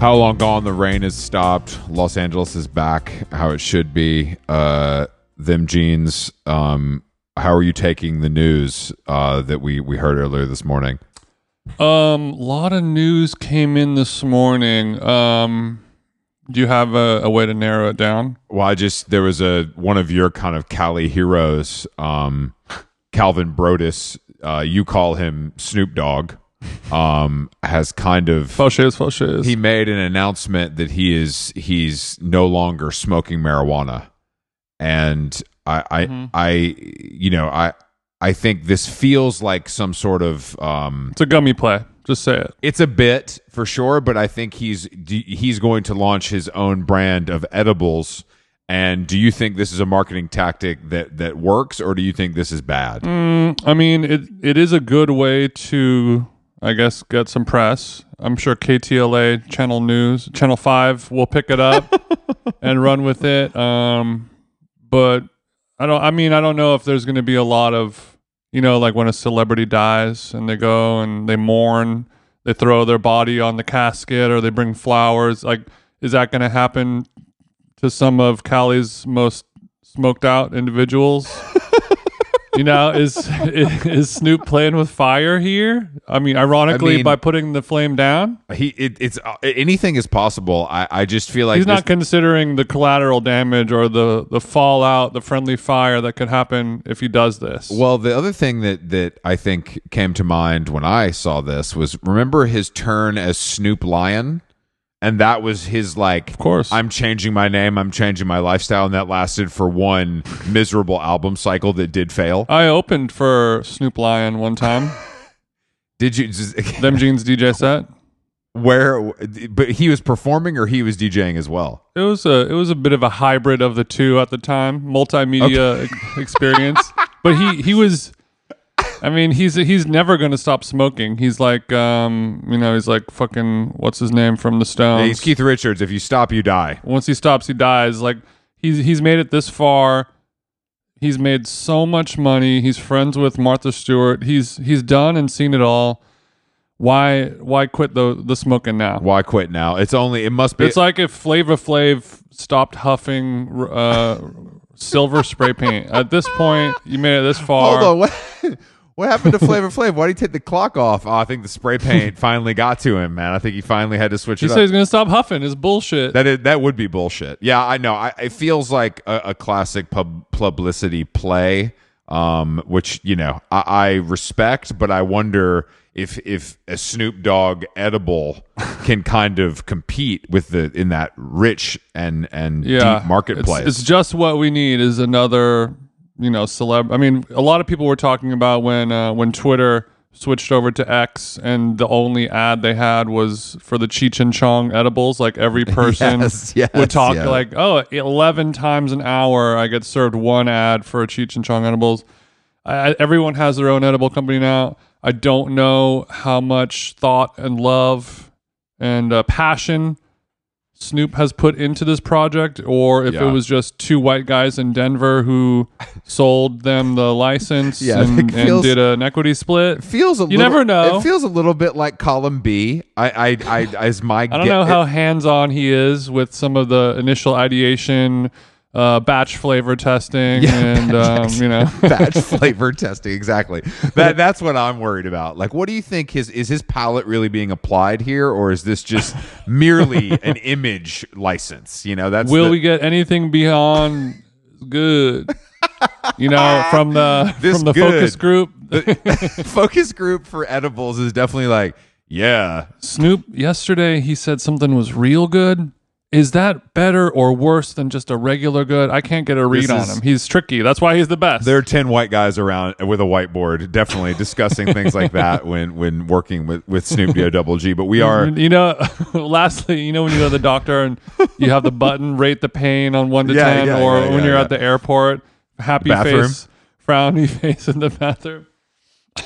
How long gone? The rain has stopped. Los Angeles is back how it should be. Uh, them jeans. Um, how are you taking the news uh, that we we heard earlier this morning? Um, lot of news came in this morning. Um, do you have a, a way to narrow it down? Well, I just there was a one of your kind of Cali heroes, um, Calvin Brodus. Uh, you call him Snoop Dogg. Um, has kind of Faux shoes, faux shoes. he made an announcement that he is he's no longer smoking marijuana and i i Mm-hmm. i you know i i think this feels like some sort of um it's a gummy play. Just say it. it's a bit for sure but i think he's do- he's going to launch his own brand of edibles and do you think this is a marketing tactic that that works or do you think this is bad Mm. I mean, it it is a good way to, I guess, get some press. I'm sure KTLA Channel News, Channel Five will pick it up and run with it. Um, but I don't. I mean, I don't know if there's going to be a lot of, you know, like when a celebrity dies and they go and they mourn, they throw their body on the casket or they bring flowers. Like, is that going to happen to some of Cali's most smoked out individuals? you know, is is Snoop playing with fire here? I mean, ironically, I mean- by putting the flame down, he it, it's uh, anything is possible i i just feel like he's this- not considering the collateral damage or the the fallout, the friendly fire that could happen if he does this. Well, the other thing that that I think came to mind when I saw this was remember his turn as Snoop Lion, and that was his like, of course. I'm changing my name, I'm changing my lifestyle, and that lasted for one miserable album cycle that did fail. I opened for Snoop Lion one time, did you? just- them jeans DJ set. Where? But he was performing, or he was DJing as well. It was a it was a bit of a hybrid of the two at the time, multimedia e- experience. But he he was, I mean, he's he's never going to stop smoking. He's like, um, you know, he's like fucking what's his name from the Stones. He's Keith Richards. If you stop, you die. Once he stops, he dies. Like he's he's made it this far. He's made so much money. He's friends with Martha Stewart. He's he's done and seen it all. Why why quit the the smoking now? Why quit now? It's only. It must be. It's like if Flava Flav stopped huffing uh, silver spray paint. At this point, you made it this far. Hold on, what, what happened to Flavor Flav? Why did he take the clock off? Oh, I think the spray paint finally got to him, man. I think he finally had to switch he it said he's up. gonna stop huffing. It's bullshit. That is, that would be bullshit. Yeah, I know. I, it feels like a, a classic pub, publicity play, um, which you know I, I respect, but I wonder if if a Snoop Dogg edible can kind of compete with the in that rich and and yeah, deep marketplace. It's, it's just what we need is another, you know, celeb. I mean, a lot of people were talking about when uh, when Twitter switched over to X, and the only ad they had was for the Cheech and Chong edibles. Like every person Yes, yes, would talk yeah. like, oh, 11 times an hour, I get served one ad for Cheech and Chong edibles. I, I- everyone has their own edible company now. I don't know how much thought and love and uh, passion Snoop has put into this project, or if Yeah. it was just two white guys in Denver who sold them the license Yeah, it and, and feels- did an equity split. feels a You little, never know. It feels a little bit like column B. I I I as my I don't know how hands on he is with some of the initial ideation, uh, batch flavor testing, and um, you know. batch flavor testing exactly. That that's what I'm worried about. Like, what do you think his is his palette really being applied here, or is this just merely an image license? You know, that's Will the- we get anything beyond good? You know, from the This from the good. focus group, focus group for edibles is definitely like yeah. Snoop yesterday he said something was real good. Is that better or worse than just a regular good? I can't get a read This on is- him. He's tricky. That's why he's the best. There are ten white guys around with a whiteboard, definitely discussing things like that when when working with with Snoop Dogg Double G. But we are you know, lastly, you know when you go to the doctor and you have the button rate the pain on one to Yeah, ten, yeah, or yeah, when yeah, you're yeah. at the airport, happy Bathroom. face, frowny face in the bathroom.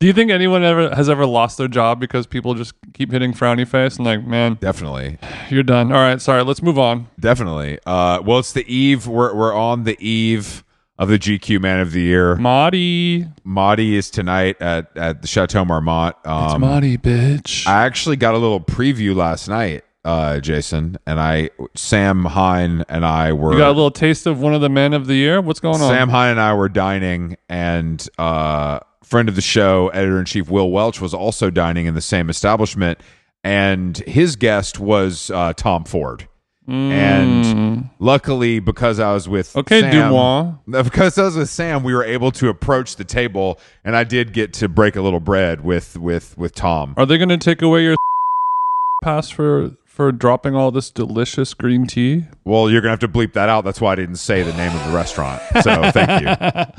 Do you think anyone ever has ever lost their job because people just keep hitting frowny face and like, man, definitely you're done. All right, sorry, let's move on. Definitely. Uh, well, it's the eve. We're we're on the eve of the GQ Man of the Year. Marty. Marty is tonight at at the Chateau Marmont. It's Um, Marty, bitch. I actually got a little preview last night, uh, Jason, and I Sam Hine and I were you got a little taste of one of the men of the year. What's going on? Sam Hine and I were dining, and uh, friend of the show, editor in chief Will Welch, was also dining in the same establishment, and his guest was uh, Tom Ford. And luckily, because I was with Mm. Okay, Sam, Dumois. because I was with Sam, we were able to approach the table, and I did get to break a little bread with with with Tom. Are they going to take away your pass for for dropping all this delicious green tea? Well, you're gonna have to bleep that out. That's why I didn't say the name of the restaurant. So thank you.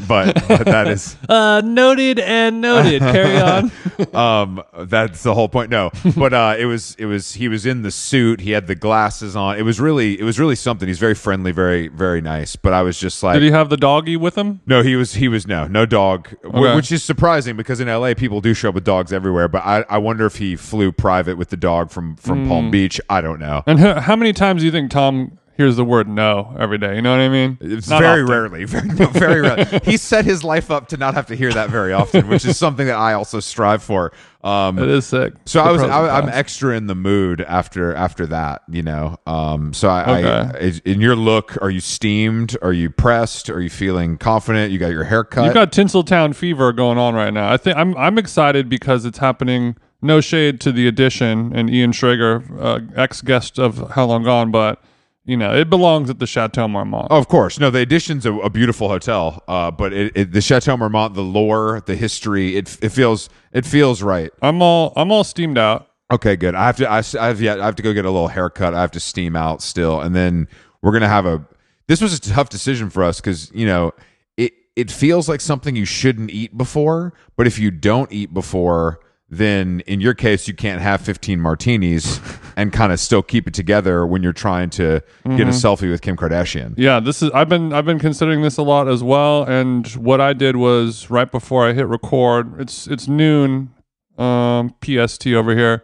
But, but that is Uh, noted and noted. Carry on. um that's the whole point no but uh it was it was he was in the suit he had the glasses on it was really it was really something he's very friendly very very nice but i was just like Did he have the doggy with him? no he was he was no no dog wh- Okay. which is surprising because in la people do show up with dogs everywhere but i i wonder if he flew private with the dog from from Hmm. palm beach i don't know And h- how many times do you think Tom hears the word no every day? You know what I mean? it's Not very often. rarely, very, no, very rarely. He set his life up to not have to hear that very often, which is something that I also strive for. Um, It is sick. So Uh, The I was pros and I, I'm cons. extra in the mood after after that, you know. Um, so I, I Okay. is, in your look, are you steamed? Are you pressed? Are you feeling confident? You got your haircut. You've got Tinseltown fever going on right now. I think I'm I'm excited because it's happening. No shade to the addition and Ian Schrager, uh, ex guest of How Long Gone, but you know it belongs at the Chateau Marmont. Oh, of course. No, the addition's a, a beautiful hotel, uh, but it, it, the Chateau Marmont, the lore, the history, it it feels it feels right. I'm all I'm all steamed out. Okay, good. I have to. I, s- I have yet. I have to go get a little haircut. I have to steam out still, and then we're gonna have a. This was a tough decision for us because you know it. It feels like something you shouldn't eat before, but if you don't eat before, then in your case you can't have 15 martinis and kind of still keep it together when you're trying to get a selfie with Kim Kardashian. Yeah, this is I've been I've been considering this a lot as well. And what I did was right before I hit record, it's it's noon um, PST over here,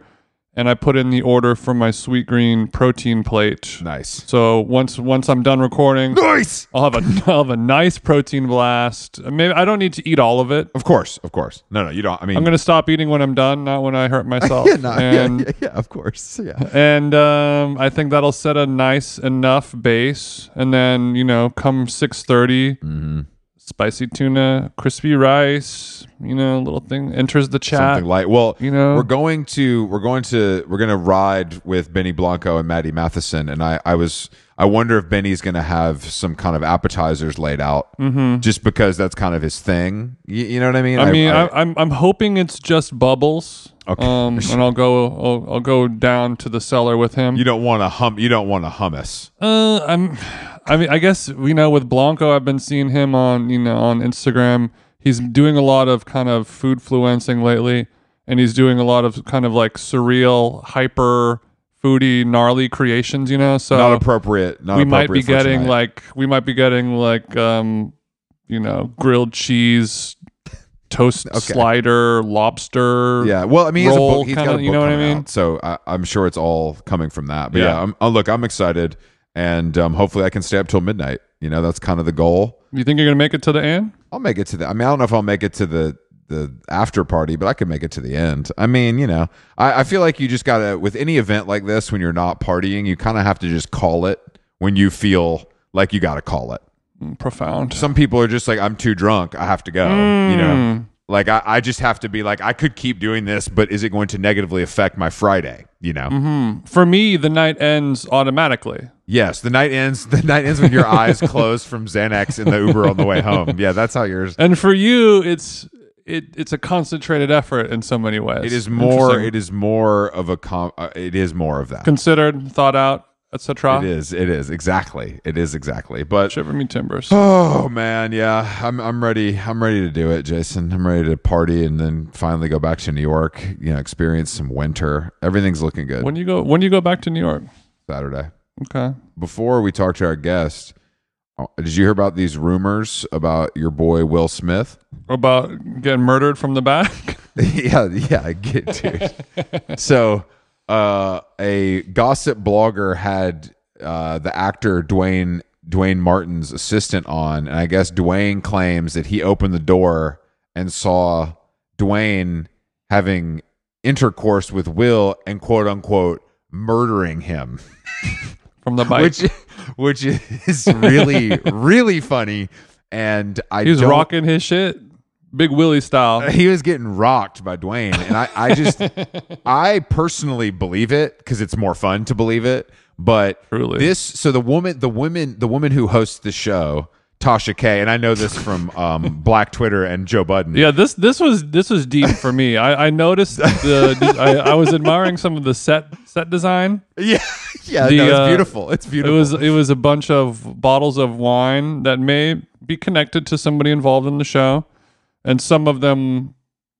and I put in the order for my sweet green protein plate. Nice, So once once I'm done recording, nice. I'll have a I'll have a nice protein blast. Uh, Maybe I don't need to eat all of it. Of course, of course. No, no, you don't. I mean, I'm gonna stop eating when I'm done, not when I hurt myself. yeah, no, yeah, and yeah, yeah, of course, yeah. Uh, and um, I think that'll set a nice enough base. And then you know, come six Mm-hmm. spicy tuna, crispy rice. You know, little thing enters the chat. something light. Well, you know? we're going to we're going to we're going to ride with Benny Blanco and Maddie Matheson, and I I was I wonder if Benny's going to have some kind of appetizers laid out, just because that's kind of his thing. You, you know what I mean? Mm-hmm. I mean, I, I, am I'm hoping it's just bubbles. Okay. Um, and I'll go I'll, I'll go down to the cellar with him. you don't want to hum. You don't want to hummus. Uh, I'm. I mean, I guess you know with Blanco, I've been seeing him on you know on Instagram. He's doing a lot of kind of food fluencing lately, and he's doing a lot of kind of like surreal, hyper foodie, gnarly creations. You know, so Not appropriate. Not Uh, we might be appropriate for getting tonight. like we might be getting like um you know grilled cheese, toast slider, lobster. Yeah, well, I mean, he's, a roll book, he's got a kinda- book you know what I coming mean? out, so I, I'm sure it's all coming from that. But yeah, Yeah. I'm, oh, look, I'm excited, and um, hopefully, I can stay up till midnight. You know, that's kind of the goal. You think you're gonna make it to the end? I'll make it to the. I mean, I don't know if I'll make it to the the after party, but I could make it to the end. I mean, you know, I, I feel like you just gotta with any event like this when you're not partying, you kind of have to just call it when you feel like you gotta call it. Mm, Profound. Some people are just like, I'm too drunk, I have to go. You know, like I, I just have to be like, I could keep doing this, but is it going to negatively affect my Friday? You know. For me, the night ends automatically. Yes, the night ends. The night ends with your eyes closed from Xanax in the Uber on the way home. Yeah, that's how yours. And for you, it's it it's a concentrated effort in so many ways. It is more. Interesting. It is more of a. Com- uh, it is more of that. considered, thought out, It etc. is. It is exactly. It is exactly. But Shiver me timbers. oh man, yeah, I'm I'm ready. I'm ready to do it, Jason. I'm ready to party and then finally go back to New York. You know, experience some winter. Everything's looking good. When you go when you go back to New York, Saturday. okay? Before we talk to our guest, uh, did you hear about these rumors about your boy Will Smith? About getting murdered from the back. yeah, yeah, I get dude. so, uh, a gossip blogger had uh, the actor Dwayne Dwayne Martin's assistant on, and I guess Dwayne claims that he opened the door and saw Dwayne having intercourse with Will and quote unquote murdering him, from the bike. which which is really really funny. And I he was don't- rocking his shit, Big Willie style. he was getting rocked by Dwayne, and I, I just, I personally believe it because it's more fun to believe it. But Truly. this, so the woman, the women, the woman who hosts the show, Tasha K, and I know this from um, Black Twitter and Joe Budden. Yeah, this this was this was deep for me. I, I noticed the I, I was admiring some of the set set design. yeah, yeah. The, no, it's uh, beautiful. It's It beautiful. was it was a bunch of bottles of wine that may be connected to somebody involved in the show, and some of them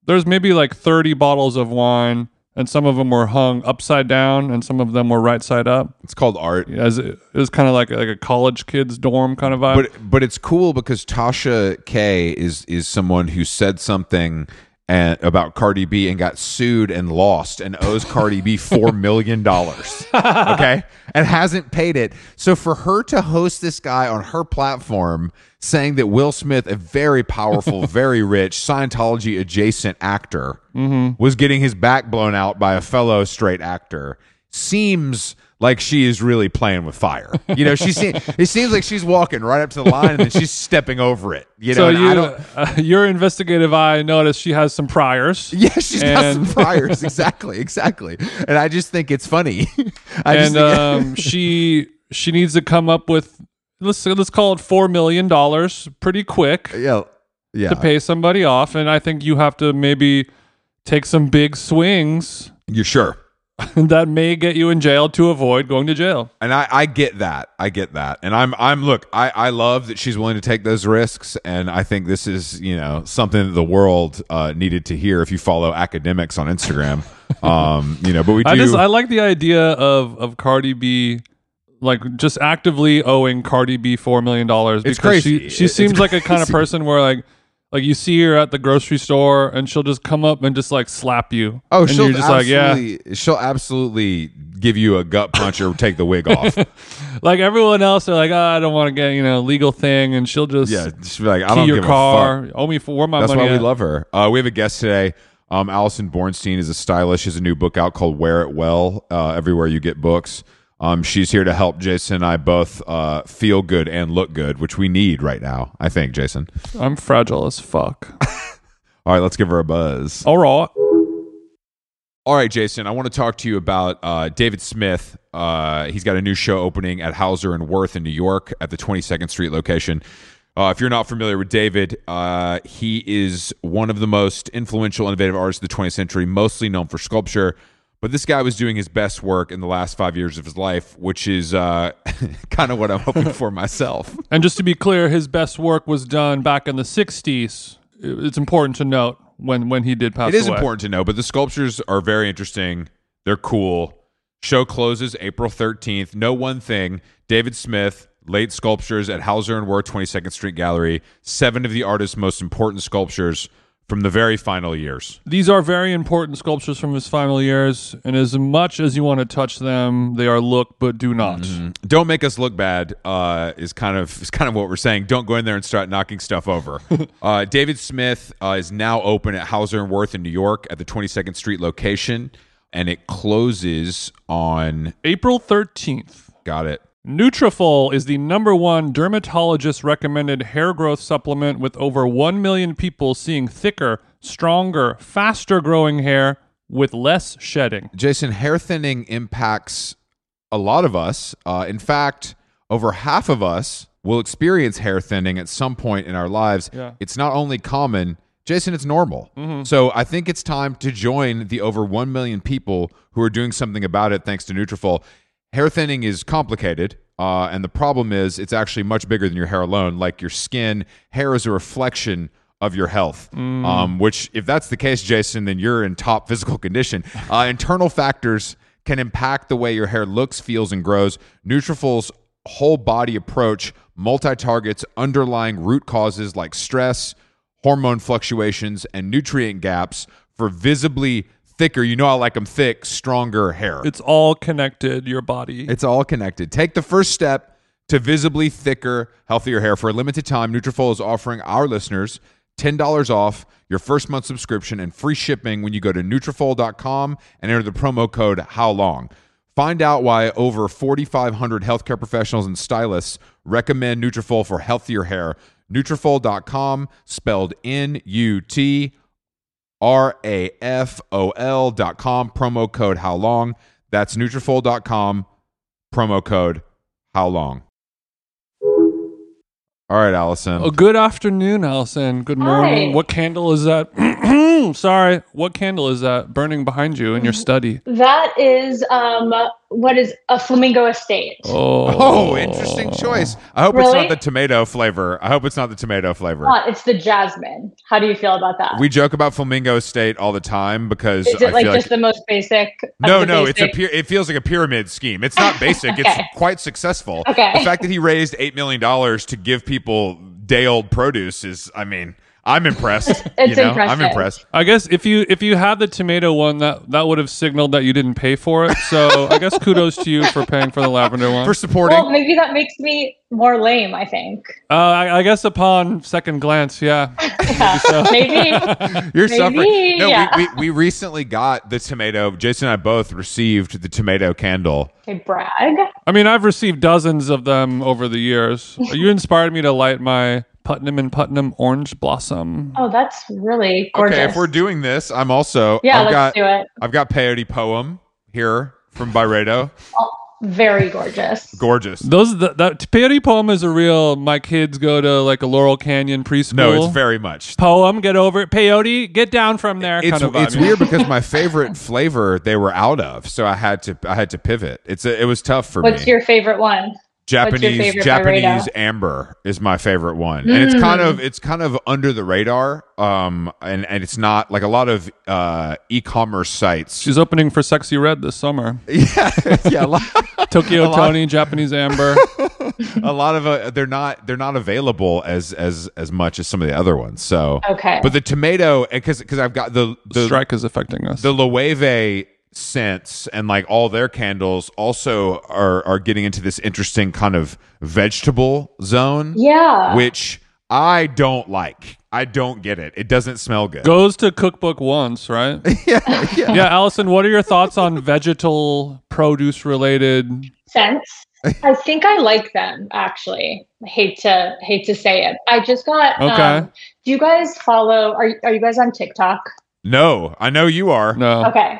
there's maybe like 30 bottles of wine, and some of them were hung upside down, and some of them were right side up. it's called art. As it, it was kind of like like a college kids dorm kind of vibe. But but it's cool because Tasha K is is someone who said something and, about Cardi B and got sued and lost and owes Cardi B four million dollars. Okay, and hasn't paid it. So for her to host this guy on her platform saying that Will Smith, a very powerful, very rich Scientology adjacent actor, was getting his back blown out by a fellow straight actor seems like she is really playing with fire. You know, she seems it seems like she's walking right up to the line and then she's stepping over it. You know, so and you, I don't. uh, your investigative eye noticed she has some priors. Yeah, she's got some And- priors. Exactly, exactly. And I just think it's funny. I just and think, um, she she needs to come up with let's let's call it four million dollars pretty quick yeah, yeah. to pay somebody off, and I think you have to maybe take some big swings You're sure. that may get you in jail to avoid going to jail. and I, I get that i get that and i'm i'm look I, I love that she's willing to take those risks and i think this is you know something that the world uh, needed to hear if you follow academics on instagram um you know but we do I just I like the idea of of Cardi B. Like just actively owing Cardi B four million dollars It's because crazy. she It- she it's seems like a kind of crazy. person where like like you see her at the grocery store and she'll just come up and just like slap you. oh and she'll you're just like yeah, absolutely she'll absolutely give you a gut punch or take the wig off like everyone else they're like oh, i don't want to get you know legal thing and she'll just yeah key she'll be like i don't your give a fuck car owe me for where my That's money why we at. love her. Uh, we have a guest today. Um, Allison Bornstein is a stylist. She has a new book out called Wear It Well, uh, everywhere you get books. Um, she's here to help Jason and I both uh, feel good and look good, which we need right now, I think, Jason. i'm fragile as fuck All right, let's give her a buzz. all right All right, Jason, I want to talk to you about uh, David Smith. Uh, he's got a new show opening at Hauser and Worth in New York at the 22nd Street location. Uh, if you're not familiar with David, uh, he is one of the most influential, innovative artists of the 20th century, mostly known for sculpture. But this guy was doing his best work in the last five years of his life, which is uh, kind of what I'm hoping for myself. and just to be clear his best work was done back in the 60s It- it's important to note when when he did pass It is away. important to know, but the sculptures are very interesting. They're cool. Show closes April 13th. No one thing. David Smith, late sculptures at Hauser and Worth 22nd Street Gallery. Seven of the artist's most important sculptures from the very final years. these are very important sculptures from his final years and as much as you want to touch them they are look but do not Don't make us look bad uh, is kind of is kind of what we're saying. Don't go in there and start knocking stuff over. uh, David Smith uh, is now open at Hauser and Worth in New York at the 22nd Street location, and it closes on. april 13th Got it. Nutrafol is the number one dermatologist recommended hair growth supplement with over 1 million people seeing thicker, stronger, faster growing hair with less shedding. Jason, hair thinning impacts a lot of us. Uh, in fact, over half of us will experience hair thinning at some point in our lives. Yeah. It's not only common, Jason, it's normal. So I think it's time to join the over 1 million people who are doing something about it thanks to Nutrafol. Hair thinning is complicated. Uh, and the problem is, it's actually much bigger than your hair alone. Like your skin, hair is a reflection of your health. Um, which, if that's the case, Jason, then you're in top physical condition. Uh, internal factors can impact the way your hair looks, feels, and grows. Nutrafol's whole body approach multi-targets underlying root causes like stress, hormone fluctuations, and nutrient gaps for visibly thicker. You know I like them thick, stronger hair. It's all connected, your body. It's all connected. Take the first step To visibly thicker, healthier hair for a limited time, Nutrafol is offering our listeners $10 off your first month subscription and free shipping when you go to Nutrafol.com and enter the promo code How Long. Find out why over 4,500 healthcare professionals and stylists recommend Nutrafol for healthier hair. Nutrafol.com, spelled N-U-T. R A F O L dot com, promo code how long. That's Nutrafol.com, promo code how long. All right, Allison. Oh, good afternoon, Allison. Good morning. Hi. What candle is that? Sorry. What candle is that burning behind you in your study? That is um, what is a flamingo estate. Oh, Oh, interesting choice. I hope it's Really? not the tomato flavor. I hope it's not the tomato flavor. Uh, it's the jasmine. How do you feel about that? We joke about flamingo state all the time because is I it like feel just like the most basic? of no, the no, it's a basic? pyra- it feels like a pyramid scheme. It's not basic. Okay. It's quite successful. Okay. The fact that he raised eight million dollars to give people day old produce is, I mean, I'm impressed. you It's know, I'm impressive. impressed. I guess if you if you had the tomato one, that that would have signaled that you didn't pay for it. So I guess kudos to you for paying for the lavender one. For supporting, Well, maybe that makes me more lame. I think. Uh, I, I guess upon second glance, yeah. Yeah. maybe. you're maybe, suffering. No, yeah. we, we, we recently got the tomato. Jason and I both received the tomato candle. Okay, brag. I mean, I've received dozens of them over the years. You inspired me to light my Putnam and Putnam orange blossom. Oh, that's really gorgeous. Okay, if we're doing this, I'm also. yeah, I've let's got, do it. I've got peyote poem here from Byredo. Very gorgeous. Gorgeous. Those that, that Perry poem is a real. My kids go to like a Laurel Canyon preschool. No, it's very much. poem. Get over it, peyote. Get down from there. It's, kind of it's vibe. weird because my favorite flavor they were out of, so I had to I had to pivot. It's a, it was tough for What's me. your favorite one? Japanese favorite Japanese burrito? amber is my favorite one, and it's kind Mm. of it's kind of under the radar. Um, and and it's not like a lot of uh e-commerce sites. She's opening for Sexy Red this summer. yeah, yeah, a lot, Tokyo lot. Tony, Japanese Amber. a lot of uh, they're not they're not available as as as much as some of the other ones. So, Okay. but the tomato because because I've got the the Strike is affecting us. the Loewe scents and like all their candles also are are getting into this interesting kind of vegetable zone, yeah. which I don't like. I don't get it. It doesn't smell good. Goes to cookbook once, right? yeah, yeah. yeah, Allison, what are your thoughts on vegetal produce related? sense. I think I like them actually. I hate to hate to say it. I just got. um, Okay. do you guys follow? Are are you guys on TikTok? No, I know you are. No. Okay.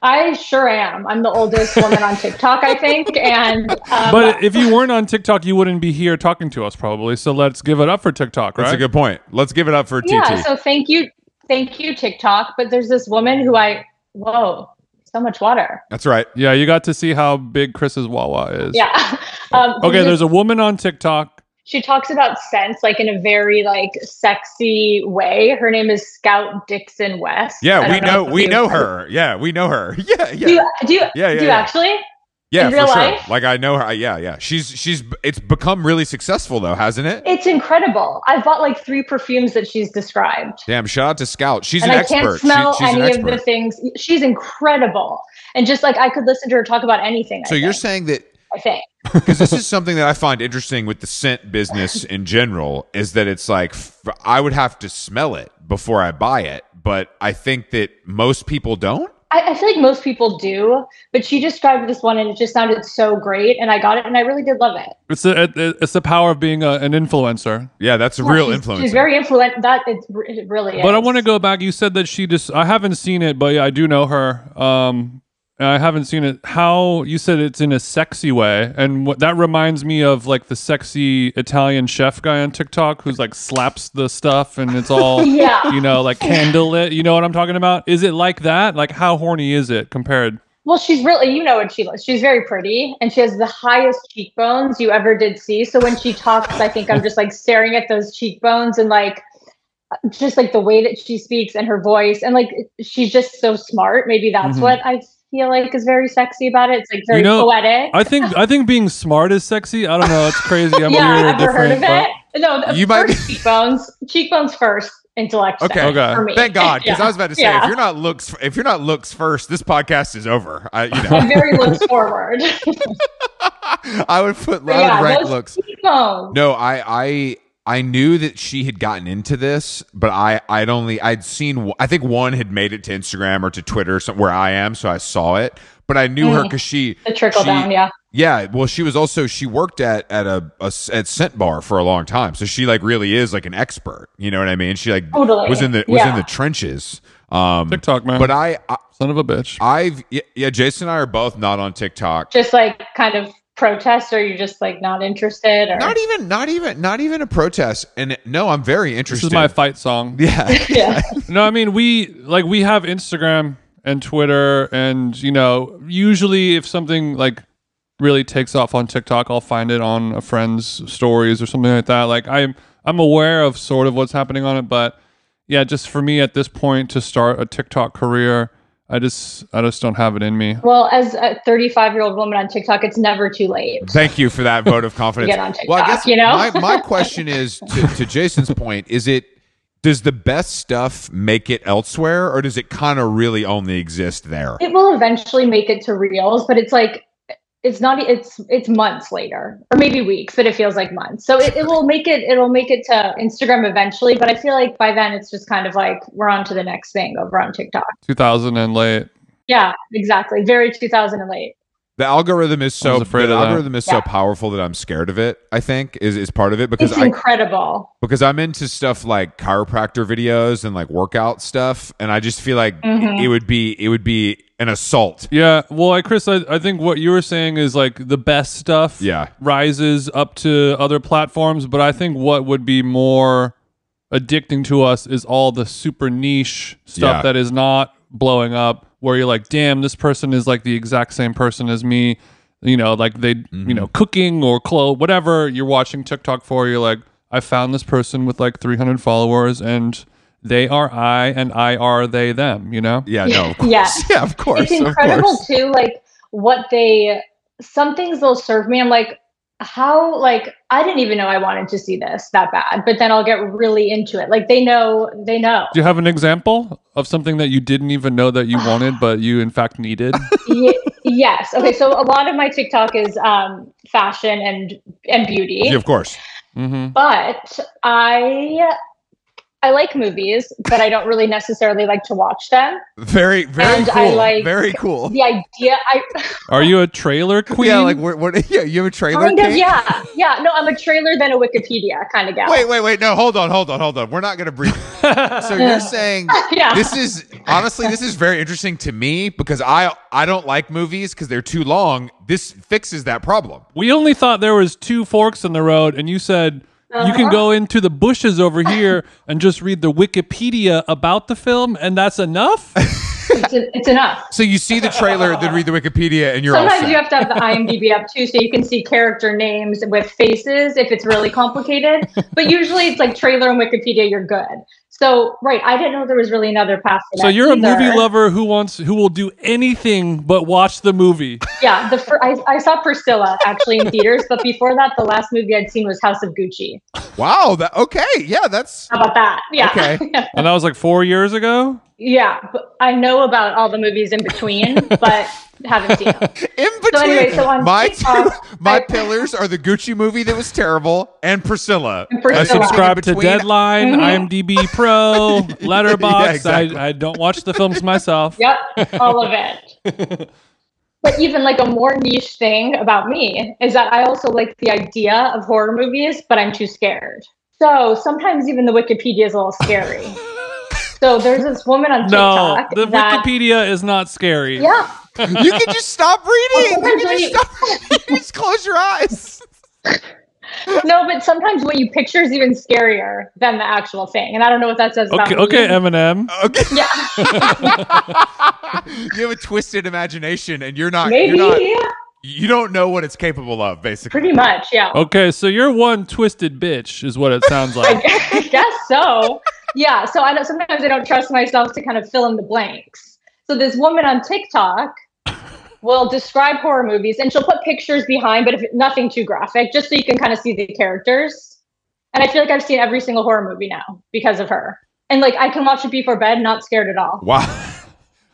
I sure am. I'm the oldest woman on TikTok, I think, and um, But if you weren't on TikTok, you wouldn't be here talking to us probably. So let's give it up for TikTok, right? That's a good point. Let's give it up for yeah. TT. So thank you, thank you TikTok. But there's this woman who I whoa, so much water. That's right. yeah, you got to see how big Chris's Wawa is. Yeah. Um, Okay, this- there's a woman on TikTok. she talks about scents like in a very like sexy way. Her name is Scout Dixon West. I Yeah, don't we know if we you- know her. Yeah, we know her. Yeah, Do yeah. you, do you, Yeah, yeah, do you yeah. actually? Yeah, in for real sure. life? Like I know her. Yeah, yeah. She's she's it's become really successful though, hasn't it? It's incredible. I've bought like three perfumes that she's described. Damn, shout out to Scout. She's and an I expert. can't She- smell she's an any of expert. the things. She's incredible. And just like I could listen to her talk about anything. So I you're think, saying that I think. because this is something that I find interesting with the scent business in general is that it's like f- I would have to smell it before I buy it, but I think that most people don't. I, I feel like most people do, but she described this one and it just sounded so great. And I got it and I really did love it. It's the it, it- it's the power of being a, an influencer. Yeah, that's a real she's, influence. She's very influential. That it's, it really is. But I want to go back. You said that she just. I haven't seen it, but yeah, I do know her. Um, and I haven't seen it. How you said it's in a sexy way, and what that reminds me of, like the sexy Italian chef guy on TikTok who's like slaps the stuff, and it's all Yeah. you know, like candlelit. You know what I'm talking about? Is it like that? Like how horny is it compared? Well, she's really, you know what she looks. She's very pretty and she has the highest cheekbones you ever did see. So when she talks, I think I'm just like staring at those cheekbones and like just like the way that she speaks and her voice. And like she's just so smart. Maybe that's Mm-hmm. Mhm. what I feel like is very sexy about it. It's like very know, poetic. I think I think being smart is sexy. I don't know. It's crazy. I'm yeah, weird or I've never heard different. of it. No, the You might first cheekbones, cheekbones first, intellect. Okay. second Okay. For me. Thank God, because Yeah. I was about to say, Yeah. if you're not looks, if you're not looks first, this podcast is over. I, you know, I'm very looks forward. I would put. But I would rank those looks. cheekbones. No, I I I knew that she had gotten into this, but I I'd only I'd seen I think one had made it to Instagram or to Twitter or some- where I am, so I saw it. But I knew her Mm. because she The trickle she- down, yeah. yeah, well, she was also she worked at at a, a s- at Scent Bar for a long time, so she like really is like an expert. You know what I mean? She like Totally. was in the was Oh, Yeah. in the trenches. Um, TikTok man, but I, I son of a bitch. I've yeah, yeah, Jason and I are both not on TikTok. Just like kind of protest, or you're just like not interested, or Not even, not even, not even a protest. And no, I'm very This interested. is my fight song. yeah. yeah. No, I mean we like we have Instagram and Twitter, and you know, usually if something like really takes off on TikTok, I'll find it on a friend's stories or something like that. Like I'm I'm aware of sort of what's happening on it, but yeah, just for me at this point to start a TikTok career, I just I just don't have it in me. Well, as a 35 year old woman on TikTok, it's never too late. Thank you for that vote of confidence. Get on TikTok, well, I guess you know? my, my question is to, to Jason's point: Is it does the best stuff make it elsewhere, or does it kind of really only exist there? It will eventually make it to reels, but it's like it's not e, it's it's months later or maybe weeks, but it feels like months. So it, it will make it it'll make it to Instagram eventually, but I feel like by then it's just kind of like we're on to the next thing over on TikTok. Two thousand and late. Yeah, exactly. Very 2000 and late. The algorithm is I so was afraid the of that. algorithm is so Yeah. powerful that I'm scared of it. I think is is part of it because It's I incredible. because I'm into stuff like chiropractor videos and like workout stuff, and I just feel like Mhm. it would be it would be an assault. Yeah. Well, I, Chris, I, I think what you were saying is like the best stuff Yeah. rises up to other platforms, but I think what would be more addicting to us is all the super niche stuff Yeah. that is not blowing up where you're like, damn, this person is like the exact same person as me. You know, like they, Mm-hmm. you know, cooking or clothes, whatever you're watching TikTok for, you're like, I found this person with like 300 followers and they are I and I are they them, you know? Yeah, no, of course. Yeah. Yeah, of course. it's incredible Of course. too like what they some things they'll serve me i'm like how like i didn't even know i wanted to see this that bad but then i'll get really into it like they know they know Do you have an example of something that you didn't even know that you wanted, but you in fact needed? Ye- yes okay so a lot of my tiktok is um fashion and and beauty Yeah, of course. hmm but i i like movies but i don't really necessarily like to watch them Very, very And cool. I like- very cool. the idea i Are you a trailer queen? Yeah, like what? what yeah, you have a trailer. kind of king? yeah yeah no i'm a trailer than a wikipedia kind of gal Wait, wait, wait. No, hold on, hold on, hold on. We're not gonna breathe. so you're saying yeah this is honestly this is very interesting to me because I I don't like movies because they're too long. This fixes that problem. we only thought there was two forks in the road, and you said you can go Uh-huh. into the bushes over here and just read the Wikipedia about the film, and that's enough. it's, it's enough So you see the trailer, then read the Wikipedia, and you're all Sometimes set. you have to have the IMDb up too, so you can see character names with faces if it's really complicated. but usually, it's like trailer and Wikipedia. You're good. So right, I didn't know there was really another path. To so that you're a either. movie lover who wants who will do anything but watch the movie. Yeah, the fir- I, I saw Priscilla actually in theaters, but before that, the last movie I'd seen was House of Gucci. wow. That okay. Yeah, that's How about that? Yeah, Okay. And that was like four years ago. yeah. But I know about all the movies in between, but haven't seen them. in between. anyway, so on my two, TikTok, my I- pillars are the Gucci movie that was terrible and Priscilla. And Priscilla. I That's the thing in subscribe to between. Deadline, IMDb Pro, Letterboxd. Yeah, exactly. I, I don't watch the films myself. Yep, all of it. but even like a more niche thing about me is that I also like the idea of horror movies, but I'm too scared. So sometimes even the Wikipedia is a little scary. so there's this woman on No, TikTok the that Wikipedia is not scary. yeah, You can just stop reading. Well, You sometimes can just when stop reading. Just close your eyes. no, but sometimes what you picture is even scarier than the actual thing, and I don't know what that says Okay, about okay, um, me. Eminem. Okay. Yeah, You have a twisted imagination, and you're not. maybe. You're not yeah, you don't know what it's capable of, basically. pretty much. Yeah. Okay, so you're one twisted bitch, is what it sounds like. I guess so. Yeah. So I know sometimes I don't trust myself to kind of fill in the blanks. So this woman on TikTok will describe horror movies and she'll put pictures behind, but if nothing too graphic, just so you can kind of see the characters. And I feel like I've seen every single horror movie now because of her. And like I can watch it before bed, not scared at all. Wow.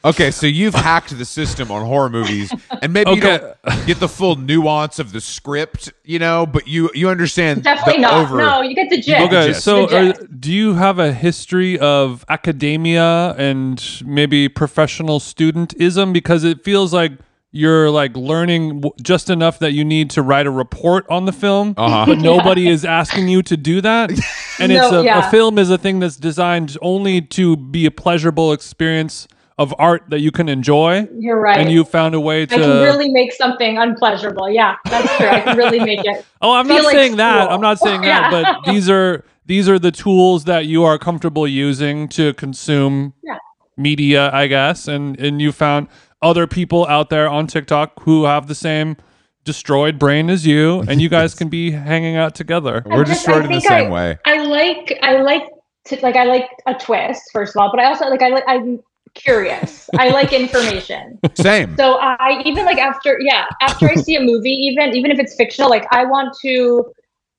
Okay, so you've hacked the system on horror movies, and maybe Okay. you don't get the full nuance of the script, you know, but you you understand Definitely the not. over. No, you get the gist. Okay, Yes. so The are, gist. do you have a history of academia and maybe professional studentism? Because it feels like you're like learning w- just enough that you need to write a report on the film, Uh-huh. but nobody is asking you to do that. And it's No, a, yeah. a film is a thing that's designed only to be a pleasurable experience of art that you can enjoy, You're right. and you uh, found a way I can to. really make something unpleasurable. Yeah, that's true. I can really make it. Oh, I'm feel not like saying that. school. I'm not saying that. Yeah. But these are these are the tools that you are comfortable using to consume Yeah. media, I guess. And and you found other people out there on TikTok who have the same destroyed brain as you, and you guys can be hanging out together. We're I just- destroyed I in the think same way. I like I like to, like I like a twist first of all, but I also like I like I'm curious. I like information. Same. So I even like after yeah, after I see a movie, even even if it's fictional, like I want to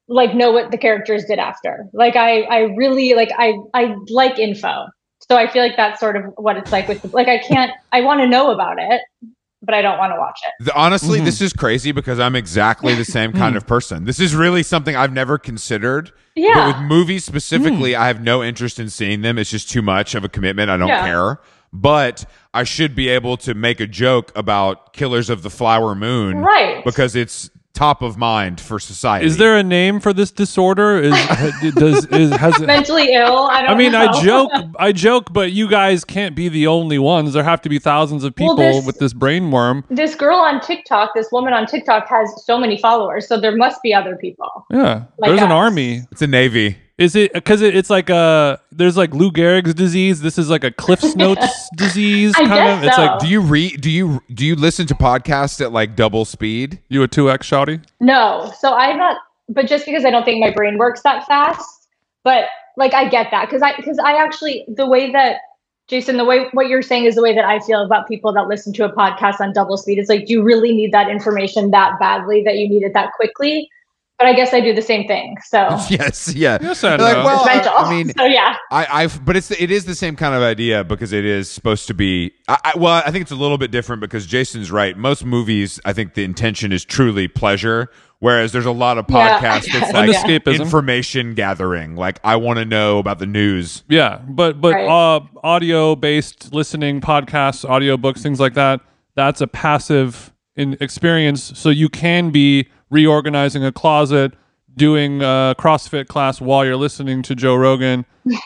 like know what the characters did after. Like I I really like I I like info. So I feel like that's sort of what it's like with like I can't I want to know about it, but I don't want to watch it. The- honestly, Mhm. this is crazy because I'm exactly the same kind of person. This is really something I've never considered. But Yeah. Mm. with movies specifically, I have no interest in seeing them. It's just too much of a commitment. I don't Yeah. care. But I should be able to make a joke about Killers of the Flower Moon right. because it's top of mind for society. Is there a name for this disorder? Is does is has it? mentally ill. I don't I mean, know. I joke, I joke, but you guys can't be the only ones. There have to be thousands of Well, people this- with this brain worm. This girl on TikTok, this woman on TikTok has so many followers, so there must be other people. Yeah, Like there's an us. army. It's a navy. Is it because it, it's like a there's like Lou Gehrig's disease? This is like a Cliff's Notes disease I kind guess of. It's so. like Do you read? Do you do you listen to podcasts at like double speed? you a two X shouty? No, so I'm not. But just because I don't think my brain works that fast, but like I get that because I because I actually the way that Jason the way what you're saying is the way that I feel about people that listen to a podcast on double speed. It's like do you really need that information that badly that you need it that quickly? But I guess I do the same thing. So Yes, yeah. Yes, I They're know. like, well, it's I- mental. I mean, so yeah, I, I've, but it's it is the same kind of idea because it is supposed to be. I, I, well, I think it's a little bit different because Jason's right. Most movies, I think the intention is truly pleasure, whereas there's a lot of Yeah, I podcasts guess. that's like And escapism. information gathering. Like I want to know about the news. yeah, but but Right. uh, audio based listening, podcasts, audiobooks, things like that. That's a passive in experience. So you can be reorganizing a closet, doing a CrossFit class while you're listening to Joe Rogan.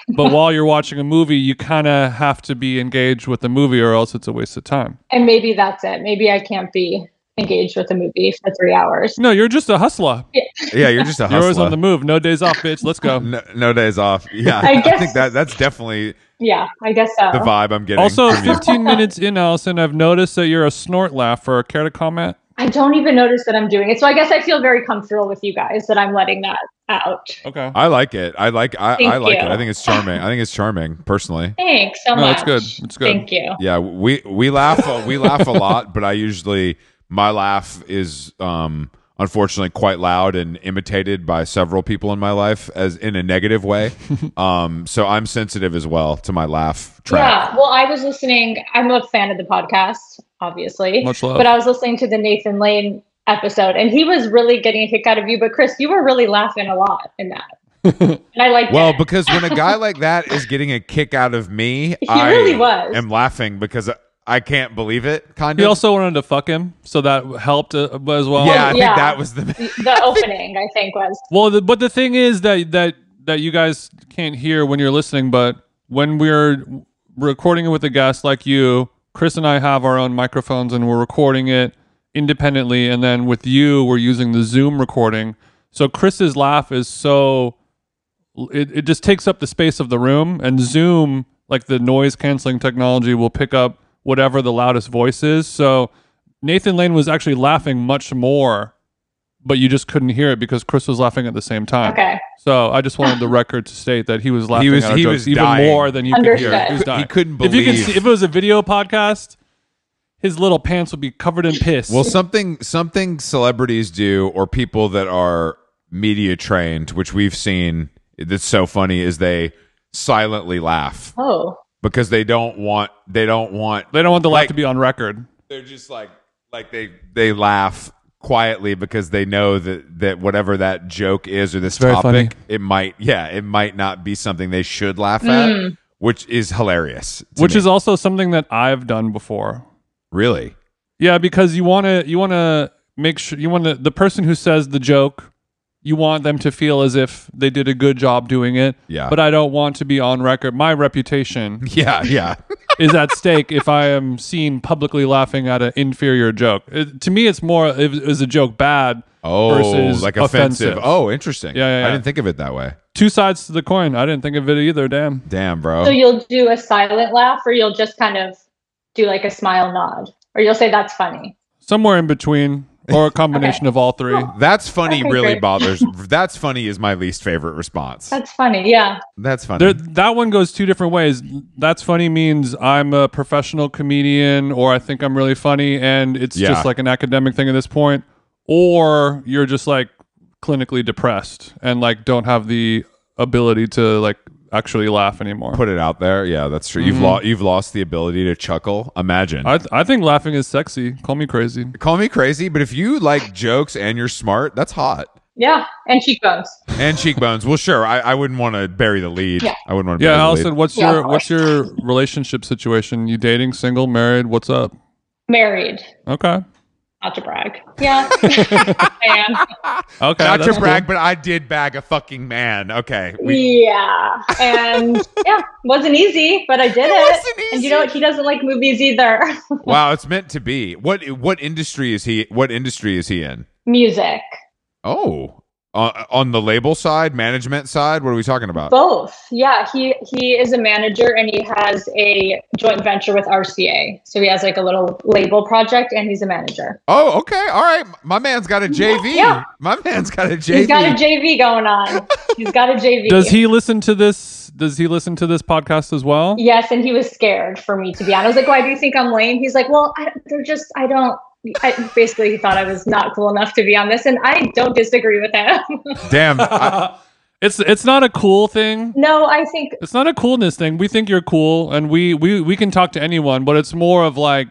but while you're watching a movie, you kind of have to be engaged with the movie, or else it's a waste of time. and maybe that's it. Maybe I can't be engaged with a movie for three hours. No, you're just a hustler. Yeah, you're just a You're always on hustler. the move. No days off, bitch. Let's go. No, no days off. Yeah, I I, guess- Oh. think that that's definitely Yeah, I guess so. the vibe I'm getting. Also, from you. 15 minutes in, Allison, I've noticed that you're a snort laugher. Care to comment? I don't even notice that I'm doing it. So I guess I feel very comfortable with you guys that I'm letting that out. Okay. I like it. I like. I, Thank I like you. it. I think it's charming. I think it's charming personally. Thanks so No, much. it's good. It's good. Thank you. Yeah, we we laugh we laugh a lot, but I usually my laugh is um unfortunately quite loud and imitated by several people in my life as in a negative way. um so I'm sensitive as well to my laugh track. Yeah. Well, I was listening. I'm a fan of the podcast, obviously, Much love. but I was listening to the Nathan Lane episode, and he was really getting a kick out of you. But Chris, you were really laughing a lot in that, and I liked Well, it. because when a guy like that is getting a kick out of me, He I really was. am laughing because I, I can't believe it kind He of. also wanted to fuck him, so that helped uh, as well. yeah, I think Oh, Yeah. that was the the opening, I think, was Well, the, but the thing is that that that you guys can't hear when you're listening, but when we're recording it with a guest like you, Chris and I have our own microphones and we're recording it independently, and then with you, we're using the Zoom recording. So Chris's laugh is so it, it just takes up the space of the room, and Zoom, like the noise canceling technology, will pick up whatever the loudest voice is. So Nathan Lane was actually laughing much more but you just couldn't hear it because Chris was laughing at the same time. okay. So I just wanted the record to state that he was laughing was- at our he jokes was even dying. more than you could hear. Understood. He was dying. he couldn't if you could believe- see, if it was a video podcast, his little pants would be covered in piss. Well, something something celebrities do or people that are media trained, which we've seen that's so funny is they silently laugh. Oh, because they don't want they don't want They don't want the laugh Like- to be on record. they're just like like they they laugh quietly because they know that that whatever that joke is or this very topic funny. it might yeah it might not be something they should laugh at which is hilarious to Which me. is also something that I've done before. really Yeah, because you want to you want to make sure you want to the person who says the joke, you want them to feel as if they did a good job doing it. Yeah. But I don't want to be on record. My reputation yeah yeah is at stake if I am seen publicly laughing at an inferior joke. It, to me, it's more if, is a joke bad. oh Versus like offensive. offensive. oh interesting Yeah, yeah, i yeah. didn't think of it that way Two sides to the coin. I didn't think of it either. Damn. damn Oh. bro So you'll do a silent laugh, or you'll just kind of do like a smile nod, or you'll say that's funny. Somewhere in between, or a combination of all three. that's funny Okay, really great. bothers that's funny is my least favorite response That's funny. Yeah. that's funny There, that one goes two different ways. That's funny means I'm a professional comedian, or I think I'm really funny, and it's Yeah. just like an academic thing at this point. Or you're just like clinically depressed and like don't have the ability to like actually laugh anymore. put it out there yeah that's true you've lost you've lost the ability to chuckle imagine Mm-hmm. I, th- I think laughing is sexy. Call me crazy. call me crazy, but if you like jokes and you're smart, that's hot. Yeah. And cheekbones. And cheekbones. Well, sure. I, I wouldn't want to bury the lead. Yeah. I wouldn't want to. Yeah, bury Allison, what's Yeah, your of what's your relationship situation? You dating, single, married? What's up? Married. Okay, Not to brag. Yeah. I okay. the lead. Not that's to brag, cool. but I did bag a fucking man. Okay. am. We, yeah. And yeah, wasn't easy, but I did it. wasn't And you know what? He doesn't like movies either. wow, it's meant to be. What what industry is he? What industry is he in? Music. Oh, uh, on the label side, management side. What are we talking about? Both. Yeah. He he is a manager and he has a joint venture with RCA. So he has like a little label project and he's a manager. Oh, okay. All right. My man's got a JV. Yeah. My man's got a JV. He's got a JV going on. He's got a JV. Does he listen to this? Does he listen to this podcast as well? Yes, and he was scared for me to be on. I was like, "Why do you think I'm lame?" He's like, "Well, I, they're just I don't." I, basically, he thought I was not cool enough to be on this, and I don't disagree with him. Damn. I, it's it's not a cool thing. no, I think It's not a coolness thing. We think you're cool, and we we we can talk to anyone, but it's more of like,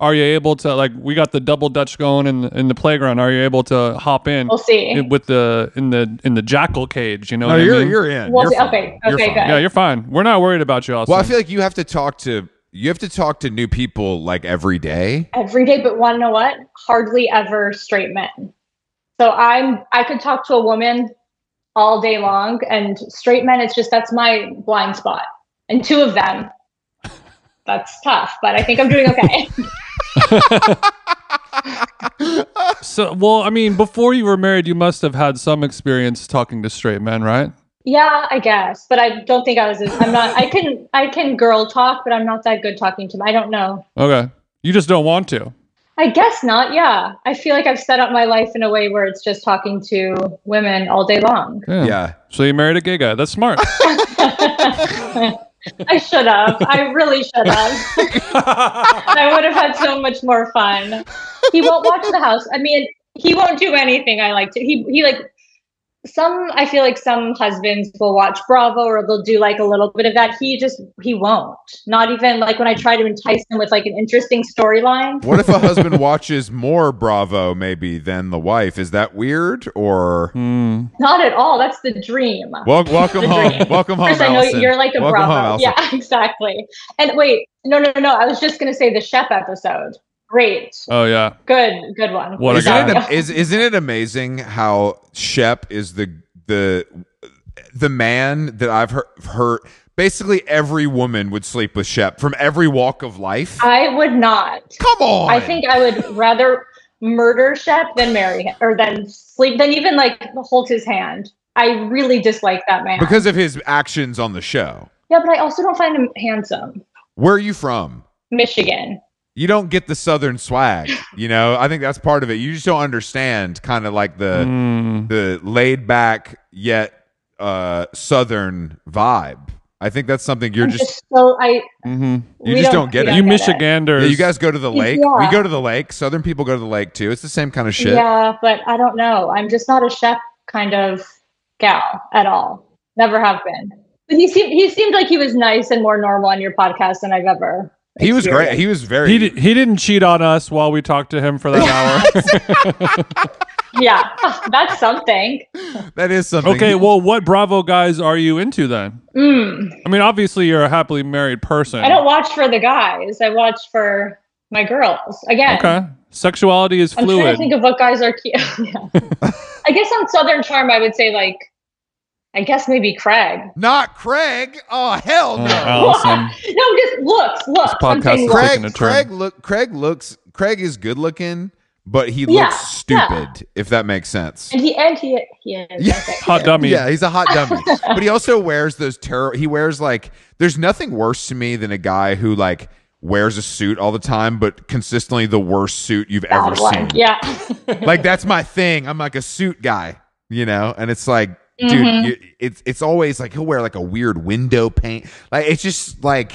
are you able to like? We got the double dutch going in in the playground. Are you able to hop in we'll see. with the in the in the jackal cage? You know, no, what I you're mean? you're in. Well, You're fine. okay, You're okay, fine. good. yeah, you're fine. We're not worried about you, Austin. Well, I feel like you have to talk to you have to talk to new people like every day. Every day, but want to know what? Hardly ever straight men. So I'm I could talk to a woman all day long, and straight men. It's just that's my blind spot, and two of them. That's tough, but I think I'm doing okay. so, well, I mean, before you were married, you must have had some experience talking to straight men, right? Yeah, I guess, but I don't think I was. as- I'm not. I can. I can girl talk, but I'm not that good talking to. I don't know. Okay, you just don't want to. I guess not. Yeah, I feel like I've set up my life in a way where it's just talking to women all day long. Damn. Yeah. So you married a gay guy. That's smart. I should have. I really should have. I would have had so much more fun. He won't watch the house. I mean, he won't do anything I like to. He he like some. I feel like some husbands will watch Bravo or they'll do like a little bit of that. He just he won't. Not even like when I try to entice him with like an interesting storyline. What if a husband watches more Bravo maybe than the wife? Is that weird or Hmm. Not at all. That's the dream. Wel- welcome The home, dream. welcome home, Chris, I know Allison. you're like a welcome home, Bravo. Allison. yeah, exactly. And wait, no, no, no. I was just gonna say the chef episode. Great, Oh yeah. good, good one. What a Good guy. Isn't job. it, am- is, isn't it amazing how Shep is the the the man that I've heard, heard basically every woman would sleep with Shep from every walk of life? I would not. Come on. I think I would rather murder Shep than marry him, or than sleep, than even like hold his hand. I really dislike that man. because of his actions on the show. yeah, but I also don't find him handsome. Where are you from? Michigan. you don't get the southern swag you know i think that's part of it you just don't understand kind of like the Hmm. the laid back yet uh southern vibe i think that's something you're I'm just, so I. hmm You we just don't get we it. You get Yeah, Michiganders. you guys go to the lake Yeah. we go to the lake southern people go to the lake too it's the same kind of shit Yeah, but I don't know. I'm just not a chef kind of gal at all. Never have been. But he seemed he seemed like he was nice and more normal on your podcast than I've ever. He was great. experienced. He was very. He, di- he didn't cheat on us while we talked to him for that hour. yeah, that's something. that is something. okay, well, what Bravo guys are you into then? Mm. I mean, obviously you're a happily married person. I don't watch for the guys. I watch for my girls. Again, Okay, sexuality is I'm trying to fluid. think of what guys are cute. Yeah. I guess on Southern Charm, I would say like, I guess maybe Craig. not Craig. Oh hell Uh, no. Allison. no, just looks, looks. I'm podcast saying is looks. taking a Craig, turn. Craig look Craig looks Craig is good looking, but he Yeah, looks stupid, if that makes sense. And he and he he is. Yeah. okay. Hot dummy. Yeah, he's a hot dummy. but he also wears those terror he wears like there's nothing worse to me than a guy who like wears a suit all the time, but consistently the worst suit you've ever Bad one. seen. Yeah. Like that's my thing. I'm like a suit guy, you know? And it's like Dude, Mhm. you, it's it's always like he'll wear like a weird window paint. Like it's just like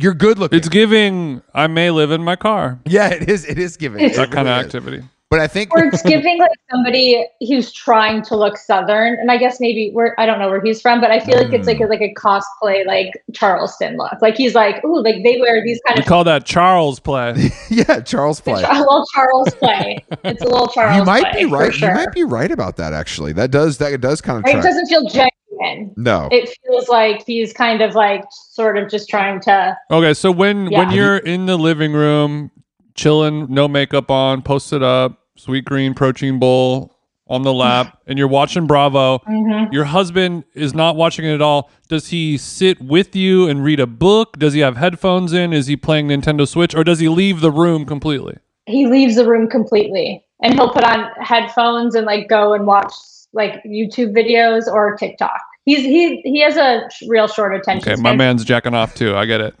you're good looking. It's giving I may live in my car. yeah, it is. It is giving It's- It That kind of really is. activity. But I think or it's giving like somebody who's trying to look southern and i guess maybe where i don't know where he's from but i feel like it's like a, like a cosplay like charleston look like he's like ooh like they wear these kind We of call that Charles play. yeah, Charles it's play. a little charles play it's a little charles You might play, be for right. sure. You might be right about that. Actually, that does that does kind of Right? it track. doesn't feel genuine No, it feels like he's kind of like sort of just trying to Okay, so when when Yeah. you're in the living room, chilling, no makeup on, posted up, sweet green protein bowl on the lap, and you're watching Bravo. Mhm. Your husband is not watching it at all. Does he sit with you and read a book? Does he have headphones in? Is he playing Nintendo Switch, or does he leave the room completely? he leaves the room completely and he'll put on headphones and like go and watch like youtube videos or tiktok he's he he has a sh- real short attention Okay, span my man's jacking off too. I get it. Yeah.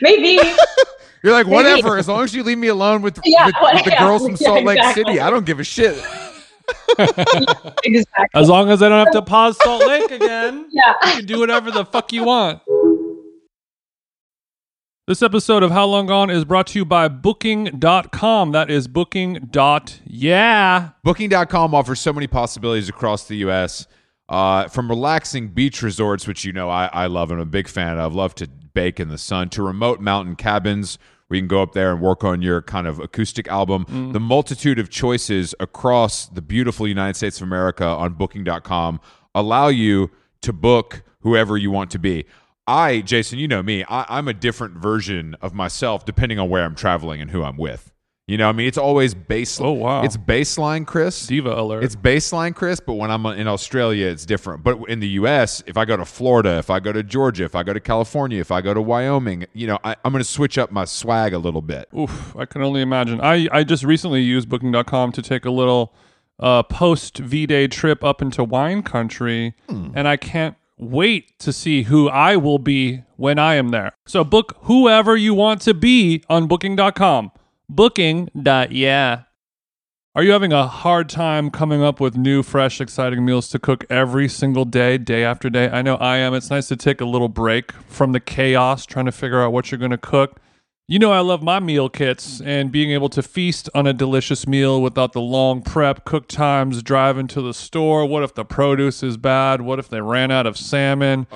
Maybe. you're like Maybe. whatever. As long as you leave me alone with, Yeah, with, what- with the yeah, girls from yeah, Salt Lake exactly. City, I don't give a shit. Exactly. As long as I don't have to pause Salt Lake again. Yeah. You can do whatever the fuck you want. This episode of How Long Gone is brought to you by Booking.com. That is Booking. dot Yeah. Booking.com offers so many possibilities across the U.S. Uh, from relaxing beach resorts, which you know I, I love and I'm a big fan of, love to bake in the sun, to remote mountain cabins where you can go up there and work on your kind of acoustic album. Mm. The multitude of choices across the beautiful United States of America on Booking.com allow you to book whoever you want to be. I, Jason, you know me, I, I'm a different version of myself depending on where I'm traveling and who I'm with. You know, I mean, it's always baseline. Oh, wow. It's baseline, Chris. Diva alert. It's baseline, Chris, but when I'm in Australia, it's different. But in the U.S., if I go to Florida, if I go to Georgia, if I go to California, if I go to Wyoming, you know, I, I'm going to switch up my swag a little bit. Oof. I can only imagine. I, I just recently used Booking.com to take a little uh, post V Day trip up into wine country, and I can't wait to see who I will be when I am there. So book whoever you want to be on Booking.com. Booking. dot Yeah. Are you having a hard time coming up with new, fresh, exciting meals to cook every single day, day after day? I know I am. It's nice to take a little break from the chaos trying to figure out what you're going to cook. You know, I love my meal kits and being able to feast on a delicious meal without the long prep, cook times, driving to the store. What if the produce is bad? What if they ran out of salmon?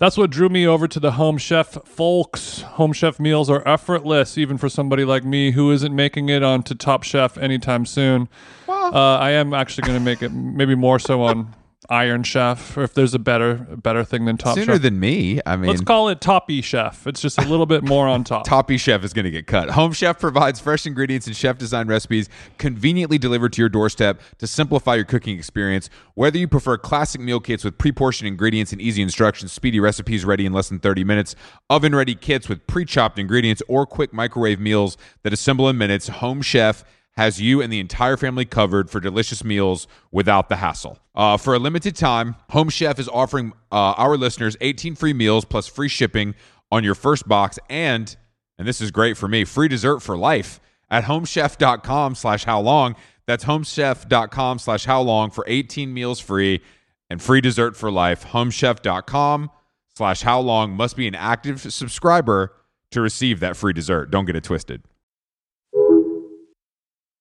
That's what drew me over to the Home Chef folks. Home Chef meals are effortless, even for somebody like me who isn't making it on to Top Chef anytime soon. Uh, I am actually going to make it maybe more so on Iron Chef, or if there's a better a better thing than Top Sooner Chef. than me, I mean, Let's call it Toppy Chef. It's just a little bit more on top. Toppy Chef is going to get cut. Home Chef provides fresh ingredients and chef designed recipes conveniently delivered to your doorstep to simplify your cooking experience. Whether you prefer classic meal kits with pre portioned ingredients and easy instructions, speedy recipes ready in less than 30 minutes, oven ready kits with pre chopped ingredients, or quick microwave meals that assemble in minutes, Home Chef has you and the entire family covered for delicious meals without the hassle. Uh, for a limited time, Home Chef is offering uh, our listeners 18 free meals plus free shipping on your first box and and this is great for me free dessert for life at homechef.com slash how long that's homechef.com slash how long for 18 meals free and free dessert for life homechef.com slash how long must be an active subscriber to receive that free dessert don't get it twisted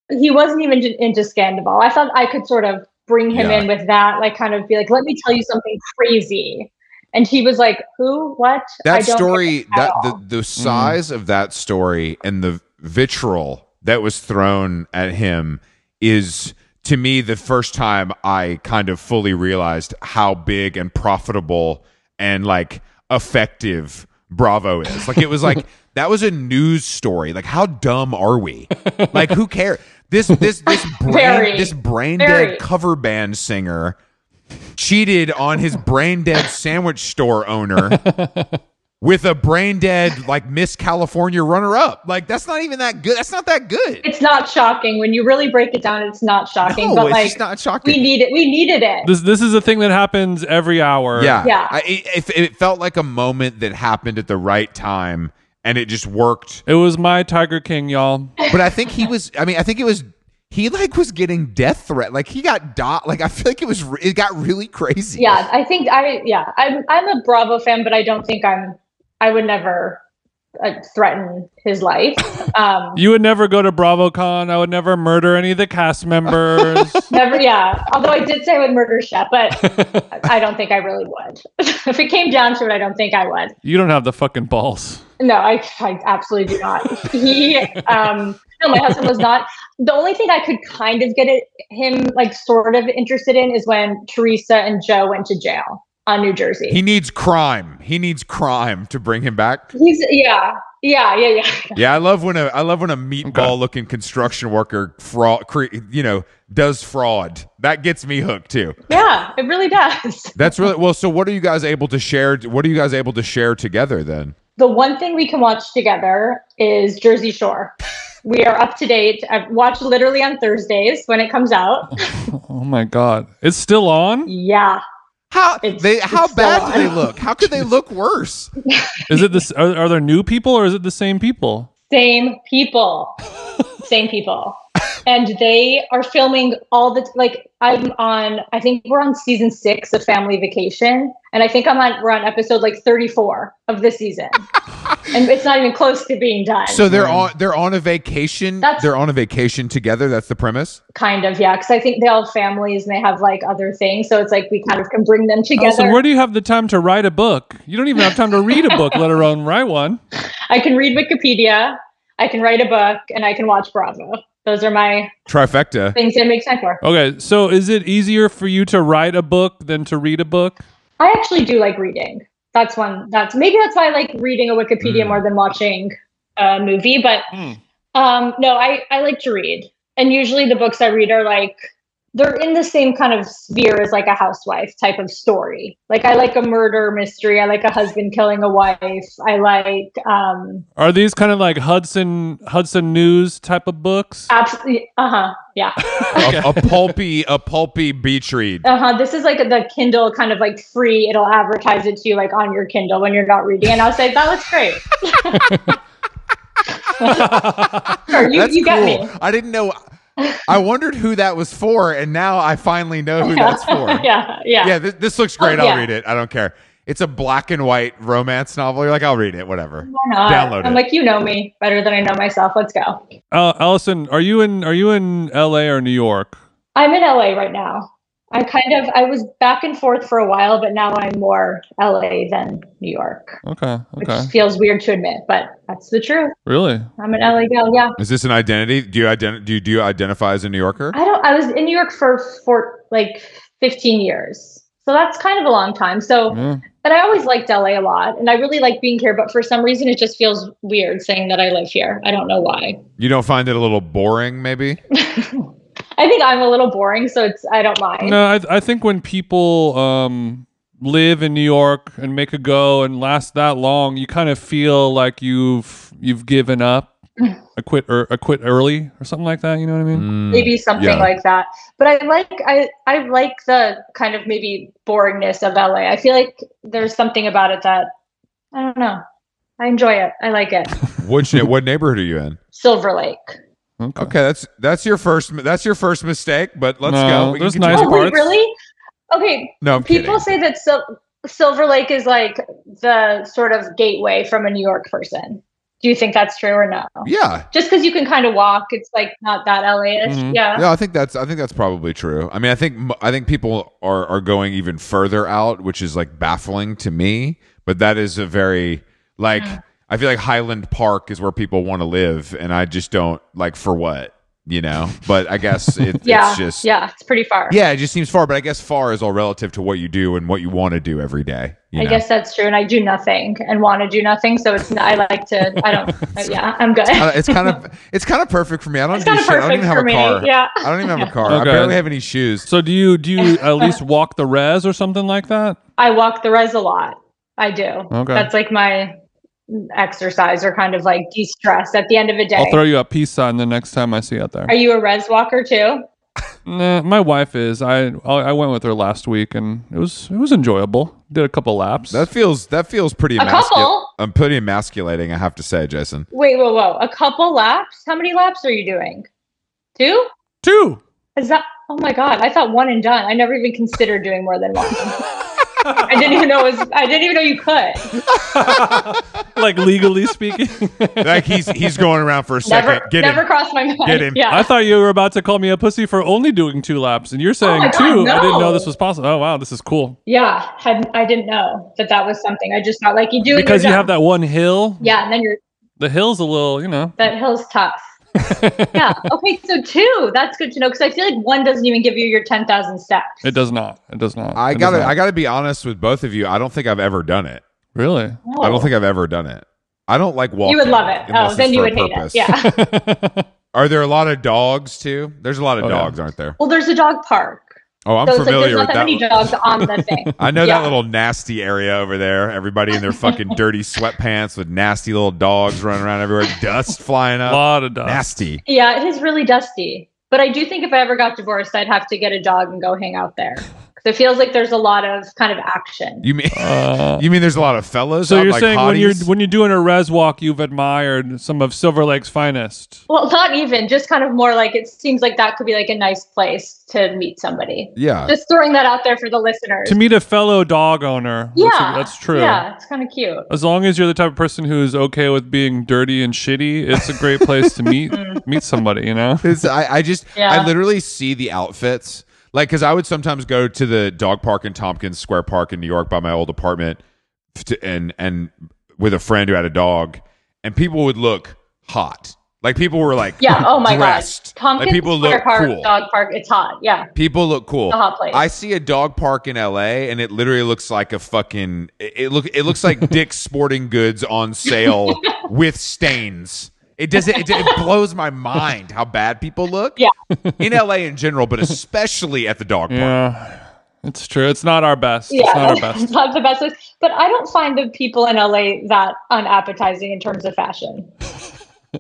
He wasn't even into Scandival. I thought I could sort of bring him Yeah. in with that, like kind of be like, let me tell you something crazy. And he was like, who? What? I that don't get story it at that all. the, the size of that story and the vitriol that was thrown at him is to me the first time i kind of fully realized how big and profitable and like effective bravo is like it was like that was a news story like how dumb are we like who cares this this this brain Very. this brain Very. dead cover band singer cheated on his brain dead sandwich store owner with a brain dead like Miss California runner up. Like that's not even that good. That's not that good. it's not shocking when you really break it down. It's not shocking, No, but it's like just not shocking. we need it. We needed it. This this is a thing that happens every hour. yeah, Yeah. I, it, it it felt like a moment that happened at the right time, and it just worked. It was my Tiger King, y'all. But I think he was. I mean, I think it was. He like was getting death threat. Like he got dot. Like I feel like it was. re- It got really crazy. yeah, I think I yeah I'm I'm a Bravo fan, but I don't think I'm I would never uh, threaten his life. Um, You would never go to BravoCon. I would never murder any of the cast members. never, yeah. Although I did say I would murder Shep, but I don't think I really would. if it came down to it, I don't think I would. you don't have the fucking balls. No, I, I absolutely do not. He, um, no, my husband was not. The only thing I could kind of get it, him like sort of interested in is when Teresa and Joe went to jail on New Jersey. He needs crime. He needs crime to bring him back. He's yeah, yeah, yeah, yeah. Yeah, I love when a I love when a meatball looking construction worker fraud, cre- you know, does fraud. That gets me hooked too. Yeah, it really does. That's really well. So, what are you guys able to share? What are you guys able to share together then? The one thing we can watch together is Jersey Shore. We are up to date. I watch literally on Thursdays when it comes out. Oh my god. It's still on? Yeah. How It's- they? How it's bad so do they on. look? How could they look worse? Is it this are, are there new people or is it the same people? Same people. Same people. And they are filming all the like I'm on I think we're on season 6 of Family Vacation and I think I'm on we're on episode like 34 of the season. and it's not even close to being done. So they're on. They're on a vacation. That's- they're on a vacation together. That's the premise. kind of yeah, cuz I think they all have families and they have like other things so it's like we kind of can bring them together. Allison, where do you have the time to write a book? You don't even have time to read a book, let alone write one. I can read Wikipedia, I can write a book, and I can watch Bravo. Those are my Trifecta. things that make time for. Okay, so is it easier for you to write a book than to read a book? I actually do like reading. That's one. That's maybe that's why I like reading a Wikipedia Mm. more than watching a movie. But Hmm. Mm. um, no, I I like to read, and usually the books I read are like they're in the same kind of sphere as like a housewife type of story. Like I like a murder mystery. I like a husband killing a wife. I like um, Are these kind of like Hudson Hudson News type of books? absolutely. Uh huh. Yeah. A, a pulpy. A pulpy beach read. Uh-huh. This is like the Kindle kind of like free. It'll advertise it to you like on your Kindle when you're not reading. And I'll say, that looks great. sure, you, that's you cool. get me. I didn't know. I wondered who that was for, and now I finally know who that's for. yeah, yeah. Yeah, this, this looks great. Oh, I'll yeah. read it. I don't care. It's a black and white romance novel. You're like, I'll read it. Whatever. Why not? Download I'm it. like, you know me better than I know myself. Let's go. Uh, Allison, are you in are you in LA or New York? I'm in LA right now. I kind of I was back and forth for a while, but now I'm more LA than New York, Okay, which okay. feels weird to admit, but that's the truth. Really? I'm an LA girl. Yeah. Is this an identity? Do you ident- do you, do you identify as a New Yorker? I don't. I was in New York for for like 15 years, so that's kind of a long time. So, Yeah. but I always liked LA a lot, and I really like being here. But for some reason, it just feels weird saying that I live here. I don't know why. You don't find it a little boring, maybe? Mm-hmm. I think I'm a little boring, so it's I don't mind. No, I, I think when people um, live in New York and make a go and last that long, you kind of feel like you've you've given up, a quit or a quit early or something like that. You know what I mean? Hmm. Maybe something Mm, yeah. like that. But I like I I like the kind of maybe boringness of LA. I feel like there's something about it that I don't know. I enjoy it. I like it. Which ne- what neighborhood are you in? Silver Lake. Mm, Okay. Okay, that's that's your first mi- that's your first mistake, but let's No, go. We there's can continue. nice Oh wait, parts. really? Okay, No, I'm kidding. People say that Sil- Silver Lake is like the sort of gateway from a New York person Do you think that's true or no? Yeah. Just because you can kind of walk, it's like not that LA-ish. Mm-hmm. Mhm. Yeah. Yeah, I think that's I think that's probably true. I mean, I think I think people are are going even further out, which is like baffling to me. But that is a very like Mm-hmm. I feel like Highland Park is where people want to live, and I just don't like for what you know. But I guess it, Yeah. it's just yeah. It's pretty far. yeah, it just seems far. But I guess far is all relative to what you do and what you want to do every day. You I know? guess that's true. And I do nothing and want to do nothing. So it's, I like to, I don't, yeah, I'm good. Uh, it's kind of it's kind of perfect for me. I don't It's do kinda shit. I don't perfect even have for a me, car. yeah. I don't even have a car. I Okay. barely have any shoes. So do you do you at least walk the res or something like that? I walk the res a lot. I do. Okay. That's like my exercise or kind of like de stress at the end of a day. I'll throw you a peace sign the next time I see you out there. Are you a res walker too? Nah, my wife is. I I I went with her last week and it was it was enjoyable. Did a couple laps. That feels that feels pretty. A couple? I'm pretty emasculating. I have to say, Jason. Wait, whoa, whoa. A couple laps? How many laps are you doing? Two? two. Is that, oh my God. I thought one and done. I never even considered doing more than one. I didn't even know it was, I didn't even know you could. like legally speaking. Like he's he's going around for a second. Never, Get never him. crossed my mind. Get him. Yeah. I thought you were about to call me a pussy for only doing two laps, and you're saying Oh my God, two. I didn't no. know this was possible. Oh wow, this is cool. yeah. Had, I didn't know that that was something. I just thought like you do it, Because you you're have done. that one hill. Yeah. And then you're, The hill's a little, you know. that hill's tough. yeah. Okay. So two. That's good to know because I feel like one doesn't even give you your ten thousand steps. It does not. It does not. I It does gotta not. I gotta be honest with both of you. I don't think I've ever done it. really. I don't think I've ever done it. I don't like walking. Oh. you would love it. unless Oh, it's then you for a would hate it. purpose. Yeah. Are there a lot of dogs too? There's a lot of Oh, yeah. dogs, aren't there? well, there's a dog park. Oh, I'm so it's like there's familiar not that, many with that. dogs on the thing. I know Yeah. that little nasty area over there. Everybody in their fucking dirty sweatpants with nasty little dogs running around everywhere, dust flying A up. lot of dust. Nasty. Yeah, it is really dusty. But I do think if I ever got divorced, I'd have to get a dog and go hang out there. 'Cause it feels like there's a lot of kind of action. You mean Uh, you mean there's a lot of fellas? so out, you're like saying when you're hotties? when you're doing a res walk, you've admired some of Silver Lake's finest. well, not even, just kind of more like it seems like that could be like a nice place to meet somebody. yeah. Just throwing that out there for the listeners. To meet a fellow dog owner. yeah, That's, that's true. Yeah, it's kind of cute. As long as you're the type of person who is okay with being dirty and shitty, it's a great place to meet meet somebody. You know. It's, I, I just, Yeah. I literally see the outfits. Like, because I would sometimes go to the dog park in Tompkins Square Park in New York by my old apartment f- to, and, and with a friend who had a dog, and people would look hot. Like, people were like, Yeah. Oh my dressed. gosh. Tompkins like, people Square look Park, cool. dog park. It's hot. Yeah. People look cool. A hot place. I see a dog park in LA, and it literally looks like a fucking. It, it look. It looks like Dick's Sporting Goods on sale with stains. It doesn't. It, it blows my mind how bad people look. Yeah. In LA in general, but especially at the dog park. Yeah, it's true. It's not our best. Yeah. It's not our best. It's not the best place. But I don't find the people in LA that unappetizing in terms of fashion.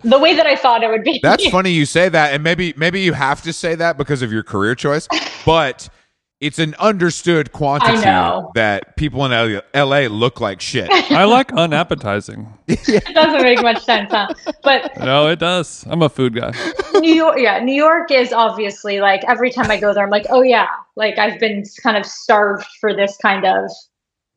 the way that I thought it would be. That's funny you say that, and maybe maybe you have to say that because of your career choice, but. It's an understood quantity know. that people in LA look like shit. I like unappetizing. it doesn't make much sense, huh? But No, it does. I'm a food guy. New York, yeah, New York is obviously like every time I go there, I'm like, oh yeah, like I've been kind of starved for this kind of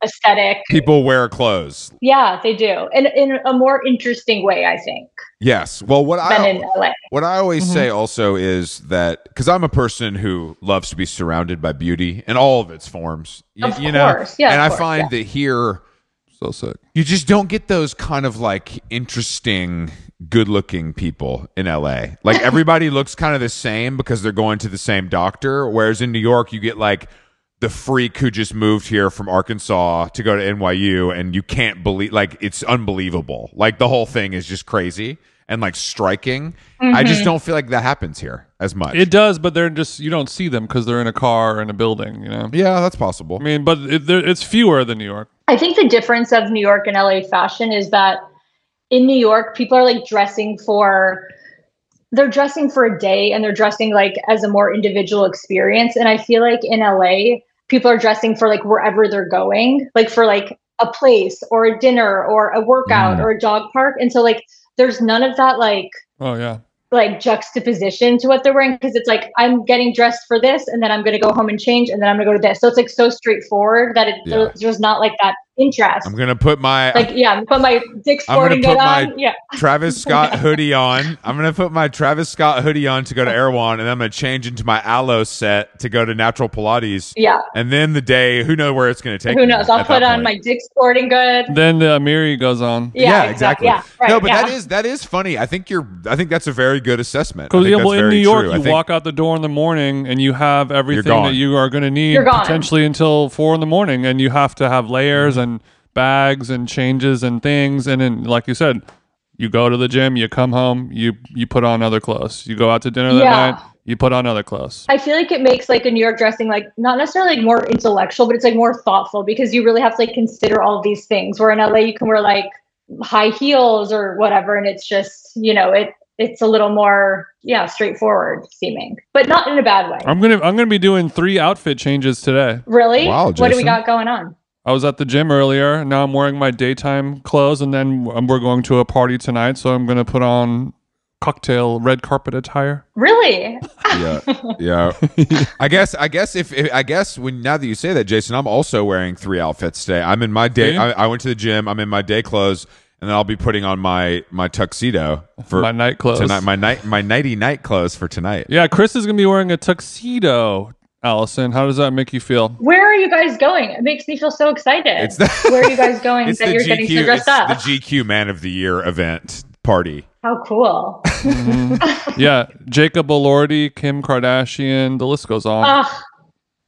aesthetic. People wear clothes. Yeah, they do, in in a more interesting way, I think, Yes. Well, what I than in LA. What I always Mm-hmm. Mhm. say also is that because I'm a person who loves to be surrounded by beauty in all of its forms, y- Of you know, course. Yeah, and of I course. find that here So sick. you just don't get those kind of like interesting, good-looking people in LA. Like everybody looks kind of the same because they're going to the same doctor, whereas in New York you get like the freak who just moved here from Arkansas to go to NYU and you can't believe like it's unbelievable. Like the whole thing is just crazy and like striking. I Mm-hmm. just don't feel like that happens here as much. It does, but they're just you don't see them because they're in a car or in a building. You know. yeah, that's I possible. mean, but it, there, it's fewer than New York. I think the difference of New York and LA fashion is that in New York, people are like dressing for they're dressing for a day and they're dressing like as a more individual experience. And I feel like in LA, people are dressing for like wherever they're going, like for like a place or a dinner or a workout Mm. or a dog park. And so like there's none of that like Oh yeah. like juxtaposition to what they're wearing because it's like I'm getting dressed for this and then I'm going to go home and change and then I'm going to go to this. So it's like so straightforward that it Yeah. there's not like that interest. I'm gonna put my like yeah, put my Dick I'm gonna Sporting Good put my- on. Yeah, Travis Scott hoodie on. I'm gonna put my Travis Scott hoodie on to go to Erewhon, and I'm gonna change into my Aloe set to go to Natural Pilates. yeah. And then the day, who knows where it's gonna take. Who me knows? I'll at that put on point. my Dick Sporting Good. Then the Amiri goes on. Yeah, yeah, exactly. exactly. Yeah, right. no, but yeah. that is that is funny. I think you're. I think that's a very good assessment. I Because think yeah, that's well, in very New York, true. I you think- walk out the door in the morning and you have everything gone. that you are going to need You're gone. potentially until four in the morning, and you have to have Mm-hmm. layers and bags and changes and things. And then, like you said, you go to the gym, you come home, you you put on other clothes, you go out to dinner that Yeah. night, you put on other clothes. I feel like it makes like a New York dressing like not necessarily like more intellectual, but it's like more thoughtful because you really have to like consider all these things. Where in LA you can wear like high heels or whatever, and it's just you know it it's a little more yeah straightforward seeming, but not in a bad Oh. way. I'm gonna I'm gonna be doing three outfit changes today. really, Wow, what do we Jason. got going on? I was at the gym earlier. Now I'm wearing my daytime clothes, and then um, we're going to a party tonight, so I'm gonna put on cocktail red carpet attire. Really, yeah, yeah. I guess, I guess if, if I guess when now that you say that, Jason, I'm also wearing three outfits today. I'm in my day. See? I, I went to the gym. I'm in my day clothes, and then I'll be putting on my my tuxedo for my night clothes tonight. My night, my nighty night clothes for tonight. Yeah, Chris is gonna be wearing a tuxedo. Allison, how does that make you feel? where are you guys going? It makes me feel so excited. It's the- where are you guys going It's that the you're GQ. getting so It's dressed up? the GQ Man of the Year event party. How cool! Mm-hmm. yeah, Jacob Elordi, Kim Kardashian, the list goes on. Ah,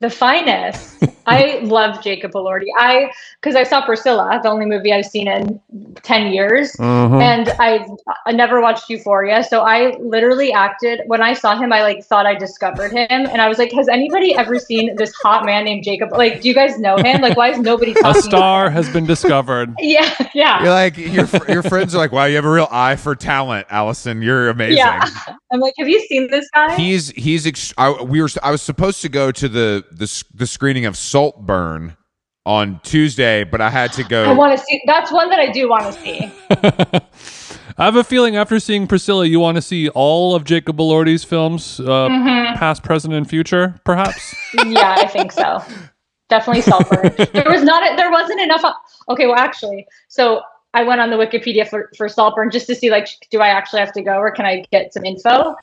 the finest. I love Jacob Elordi. I because I saw Priscilla, the only movie I've seen in ten years, Mhm. and I, I never watched Euphoria. So I literally acted when I saw him. I like thought I discovered him, and I was like, "Has anybody ever seen this hot man named Jacob? Like, do you guys know him? Like, why is nobody a talking?" star has been discovered. Yeah, yeah, You're like your fr- your friends are like, wow, you have a real eye for talent, Allison. You're amazing. yeah. I'm like, have you seen this guy? He's he's ex- I, we were I was supposed to go to the the s- the screening of Saltburn on Tuesday, but I had to I go. want to see. That's one that I do want to see. I have a feeling after seeing Priscilla, you want to see all of Jacob Elordi's films, uh, Mm-hmm. past, present, and future, perhaps. yeah, I think so. Definitely sulfur. there was not. A, there wasn't enough. uh, Okay, well, actually, so I went on the Wikipedia for for Saltburn just to see like, do I actually have to go or can I get some info?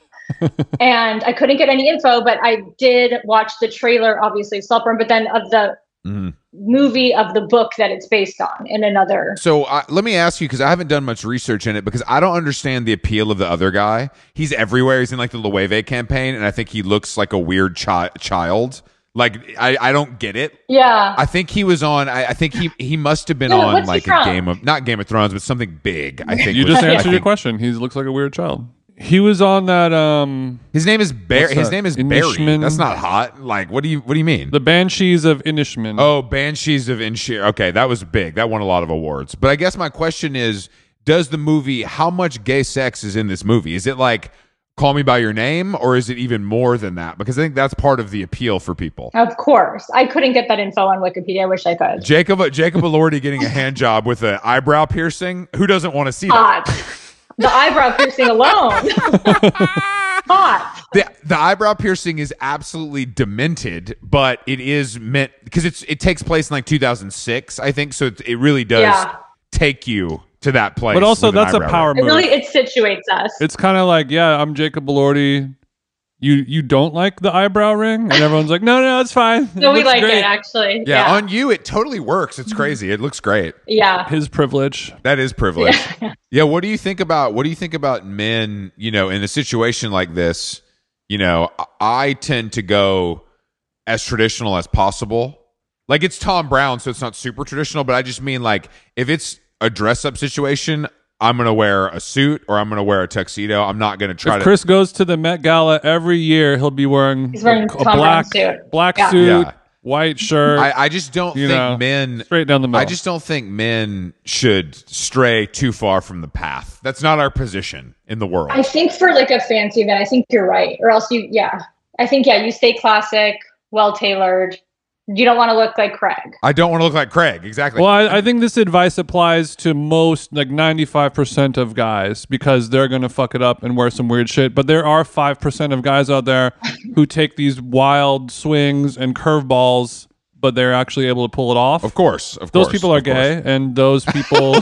and I couldn't get any info, but I did watch the trailer, obviously of Saltburn, but then of the Mhm. movie of the book that it's based on in another. So I, let me ask you because I haven't done much research in it because I don't understand the appeal of the other guy. He's everywhere. He's in like the Loewe campaign, and I think he looks like a weird chi- child. Like I, I don't get it. Yeah, I think he was on. I, I think he he must have been No, on what's he like a from? Game of not Game of Thrones, but something big. I think You was- just I answered your think- question. He looks like a weird child. He was on that um His name is Barry. What's His that? name is Barry. Englishman? That's not hot. Like what do you what do you mean? the Banshees of Inishman. Oh, Banshees of Inisherin. Okay, that was big. That won a lot of awards. But I guess my question is, does the movie how much gay sex is in this movie? Is it like Call Me by Your Name or is it even more than that? Because I think that's part of the appeal for people. of course. I couldn't get that info on Wikipedia. I wish I could. Jacob Jacob Elordi getting a hand job with an eyebrow piercing. Who doesn't want to see that? Hot. The eyebrow piercing alone. Hot. the, the eyebrow piercing is absolutely demented, but it is meant because it's it takes place in like 2006, I think. So it, it really does Yeah. take you to that place. but also, with an that's a eyebrow power ring. It move. really it situates us. it's kind of like, yeah, I'm Jacob Elordi. You you don't like the eyebrow ring, and everyone's like, no, no, it's fine. It no, we looks like great." it actually. Yeah, yeah, on you it totally works. It's crazy. It looks great. yeah. His privilege. That is privilege. Yeah. what do you think about what do you think about men, you know, in a situation like this, you know, I- I tend to go as traditional as possible. Like it's Tom Brown, so it's not super traditional, but I just mean like if it's a dress up situation, I'm gonna wear a suit or I'm gonna wear a tuxedo. I'm not gonna try if to Chris goes to the Met Gala every year, he'll be wearing, He's wearing a, Tom a Brown black suit. black Yeah. suit, Yeah. white shirt, I, I just don't You think know, men straight down the middle. I just don't think men should stray too far from the path. That's not our position in the world. I think for like a fancy event, I think you're right. Or else you, yeah, I think yeah, you stay classic, well tailored. You don't want to look like Craig. I don't want to look like Craig. Exactly. well, I, I think this advice applies to most, like 95% of guys, because they're going to fuck it up and wear some weird shit. But there are 5% of guys out there who take these wild swings and curveballs, but they're actually able to pull it off. Of course, of those course, people are of course. gay, and those people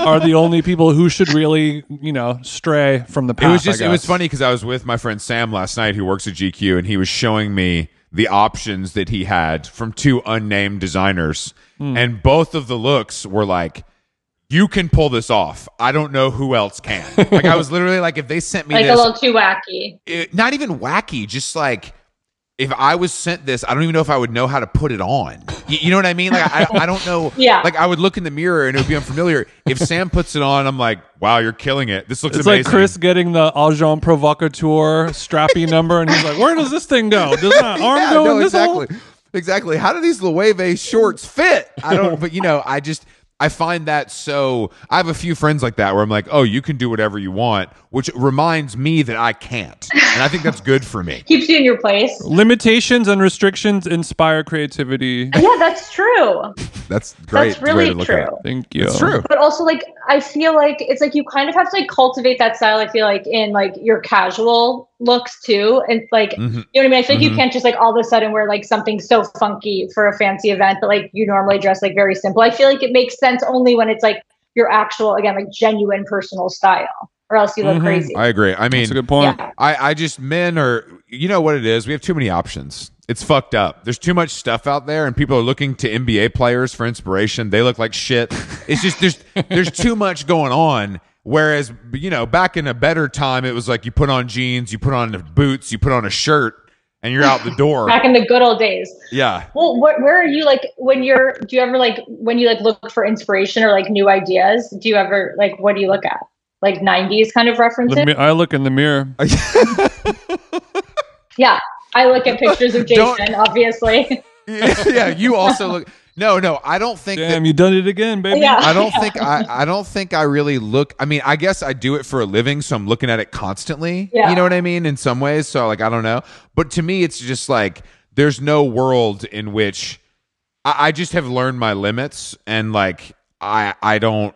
are the only people who should really, you know, stray from the path. It was just I it was guess. funny because I was with my friend Sam last night who works at GQ and he was showing me the options that he had from two unnamed designers Hmm. and both of the looks were like you can pull this off. I don't know who else can. like I was literally like if they sent me like a this little too wacky. it- not even wacky, just like if I was sent this, I don't even know if I would know how to put it on. You, you know what I mean? Like I, I don't know. Yeah. Like I would look in the mirror and it would be unfamiliar. If Sam puts it on, I'm like, wow, you're killing it. This looks It's amazing. like Chris getting the agent provocateur strappy number, and he's like, "Where does this thing go? Does my arm Yeah, go no, in this hole?" exactly. Exactly. How do these Loewe shorts fit? I don't, but you know, I just, I find that so. I have a few friends like that where I'm like, oh, you can do whatever you want, which reminds me that I can't. And I think that's good for me. Keeps you in your place. Limitations and restrictions inspire creativity. Yeah, that's true. That's great. That's really way to look true. At it. Thank you. It's true. But also, like, I feel like it's like you kind of have to like cultivate that style. I feel like in like your casual looks too, and like Mhm. you know what I mean. I feel like Mhm. you can't just like all of a sudden wear like something so funky for a fancy event, but like you normally dress like very simple. I feel like it makes sense only when it's like your actual, again, like genuine personal style, or else you look Mhm. crazy. Mm-hmm. I agree. I mean, That's a good point. Yeah. I, I just men are you know what it is we have too many options it's fucked up there's too much stuff out there and people are looking to nba players for inspiration they look like shit it's just there's there's too much going on whereas you know back in a better time it was like you put on jeans you put on boots you put on a shirt and you're out the door Back in the good old days. yeah Well, wh- where are you like when you're? Do you ever like when you like look for inspiration or like new ideas? Do you ever like what do you look at? Like '90s kind of references. The mi- I look in the mirror. Yeah, I look at pictures of Don't- Jason, obviously. yeah you also look no no i don't think that Damn, you done it again, baby. Yeah. I don't think I, I don't think I really look I mean, I guess I do it for a living, so I'm looking at it constantly. Yeah. You know what I mean? In some ways. So like I don't know. But to me it's just like there's no world in which I, I just have learned my limits and like I I don't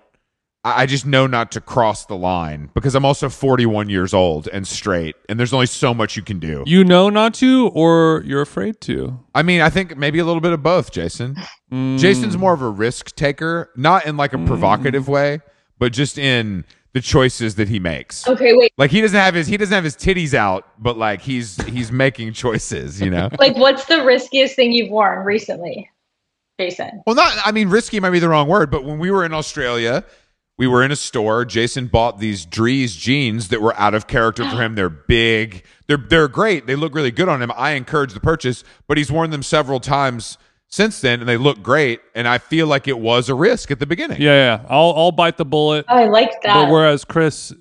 I I just know not to cross the line because I'm also 41 years old and straight, and there's only so much you can do. You know not to, or you're afraid to. I mean, I think maybe a little bit of both, Jason. Mm. Jason's more of a risk taker, not in like a provocative way, but just in the choices that he makes. Okay, wait. Like he doesn't have his he doesn't have his titties out, but like he's he's making choices, you know. Like, what's the riskiest thing you've worn recently, Jason? well, not I mean risky might be the wrong word, but when we were in Australia, we were in a store. Jason bought these Drees jeans that were out of character for him. They're big. They're they're great. They look really good on him. I encourage the purchase, but he's worn them several times since then and they look great and I feel like it was a risk at the beginning. Yeah, yeah. I'll I'll bite the bullet. Oh, I like But that. whereas Chris,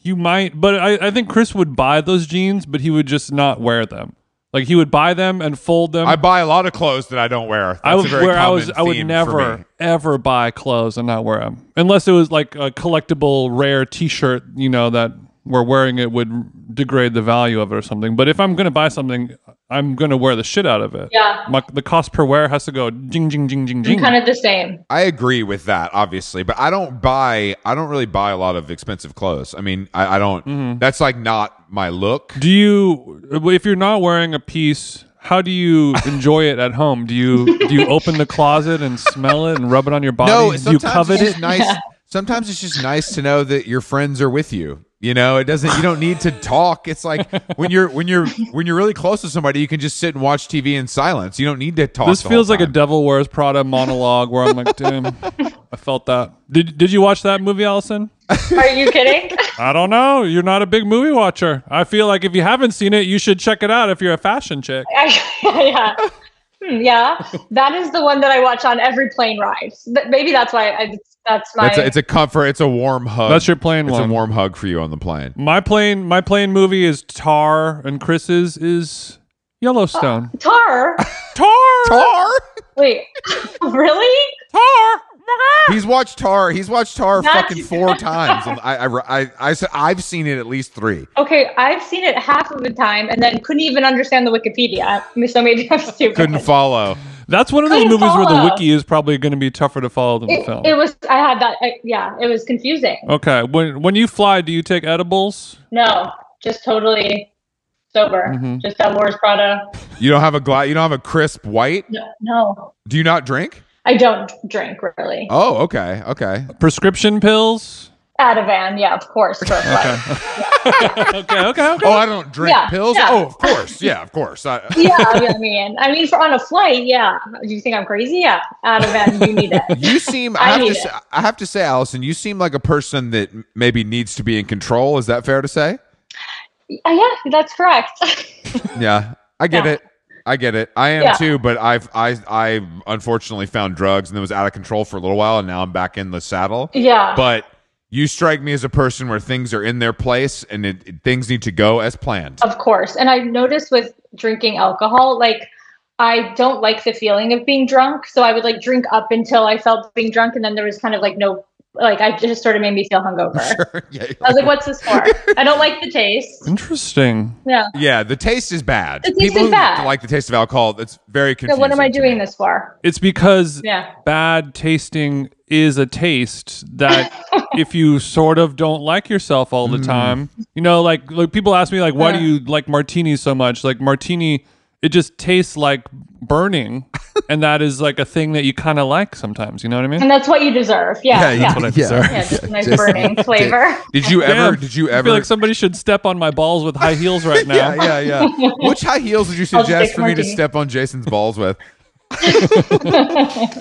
you might, but I, I think Chris would buy those jeans, but he would just not wear them. Like he would buy them and fold them. I buy a lot of clothes that I don't wear. That's I would a very where I common was. I would theme for me. never ever buy clothes and not wear them unless it was like a collectible rare T-shirt. You know that where wearing it would degrade the value of it or something. But if I'm gonna buy something, I'm gonna wear the shit out of it. Yeah. My, the cost per wear has to go jing jing jing jing I'm jing. kind of the same. I agree with that, obviously, but I don't buy. I don't really buy a lot of expensive clothes. I mean, I, I don't. Mm-hmm. That's like not my look. Do you, if you're not wearing a piece, how do you enjoy it at home? Do you do you open the closet and smell it and rub it on your body? No, do you sometimes covet it's it? just nice. Sometimes it's just nice to know that your friends are with you. You know, it doesn't. You don't need to talk. It's like when you're when you're when you're really close to somebody, you can just sit and watch TV in silence. You don't need to talk. This the feels whole like a time. Devil Wears Prada monologue where I'm like, damn, I felt that. Did Did you watch that movie, Allison? Are you kidding? I don't know. You're not a big movie watcher. I feel like if you haven't seen it, you should check it out. If you're a fashion chick, I, yeah. Hmm, Yeah, that is the one that I watch on every plane ride. Th- Maybe that's why I, that's my. That's a, it's a comfort. It's a warm hug. that's your plain It's one. a warm hug for you on the plane. my plane, my plane movie is Tar, and Chris's is Yellowstone. Tar. Tar, Tar. Wait, really? Tar. He's watched Tar. He's watched Tar That's- fucking four times. And I, I, I, I, said- I've seen it at least three. Okay, I've seen it half of the time and then couldn't even understand the Wikipedia. So maybe I'm stupid. Couldn't follow. That's one of those Couldn't movies where the follow. wiki is probably going to be tougher to follow than the it, film. it was. I had that. I, yeah, it was confusing. okay, when when you fly, do you take edibles? No, just totally sober. Mhm. Just got Laura's Prada. You don't have a gla- You don't have a crisp white. No, no, Do you not drink? I don't drink really. Oh, okay, okay. Prescription pills. Ativan, yeah, of course. for a flight. Okay, okay, okay. Oh, I don't drink Yeah, pills. yeah. Oh, of course. Yeah, of course. I, yeah, I mean, I mean, for on a flight, yeah. Do you think I'm crazy? Yeah, Ativan, you need it. you seem. I, I have to. need Say, I have to say, Allison, you seem like a person that m- maybe needs to be in control. Is that fair to say? Uh, yeah, that's correct. Yeah, I get Yeah. it. I get it. I am Yeah. too, but I've I I unfortunately found drugs and it was out of control for a little while, and now I'm back in the saddle. yeah, But you strike me as a person where things are in their place and it, it- things need to go as planned. of course. And I noticed with drinking alcohol, like I don't like the feeling of being drunk, so I would like drink up until I felt being drunk, and then there was kind of like no, like I just sort of made me feel hungover. yeah, you're I was like- like, "What's this for?" I don't like the taste. Interesting. Yeah. yeah, the taste is bad. The taste People is who bad. like the taste of alcohol, that's very So confusing. what am I to doing me. this for? It's because Yeah. bad tasting is a taste that if you sort of don't like yourself all Hmm. the time, you know, like, like people ask me like, why do Uh. you like martinis so much? Like martini, it just tastes like burning, and that is like a thing that you kind of like sometimes. You know what I mean? And that's what you deserve. Yeah. you- That's Yeah. what I Yeah. deserve. Yeah, just a nice Just- burning flavor. Did you ever? Damn. Did you I ever? feel like somebody should step on my balls with high heels right now. yeah, yeah, yeah. Which high heels did you I'll just suggest take for me to martini. step on Jason's balls with?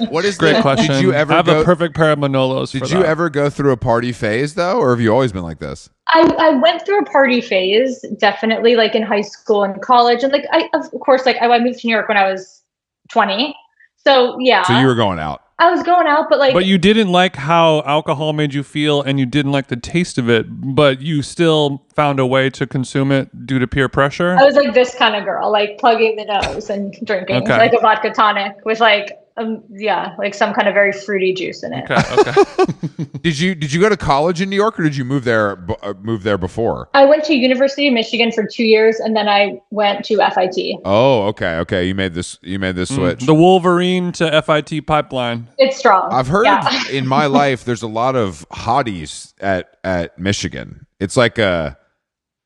what is Great the- question. Did you ever I have go, a perfect pair of Manolos? Did for you that. ever go through a party phase though, or have you always been like this? I, I went through a party phase, definitely, like in high school and college. And like I of course like I, I moved to New York when I was twenty. So yeah. So you were going out. I was going out, but like But you didn't like how alcohol made you feel and you didn't like the taste of it, but you still found a way to consume it due to peer pressure. I was like this kind of girl, like plugging the nose and drinking Okay. like a vodka tonic with like um, yeah, like some kind of very fruity juice in it. Okay, okay. Did you Did you go to college in New York, or did you move there b- uh, move there before? I went to University of Michigan for two years and then I went to FIT. Oh, okay, okay. You made this. You made this switch. Mm-hmm. the Wolverine to FIT pipeline. It's strong. I've heard Yeah. in my life there's a lot of hotties at at Michigan. It's like a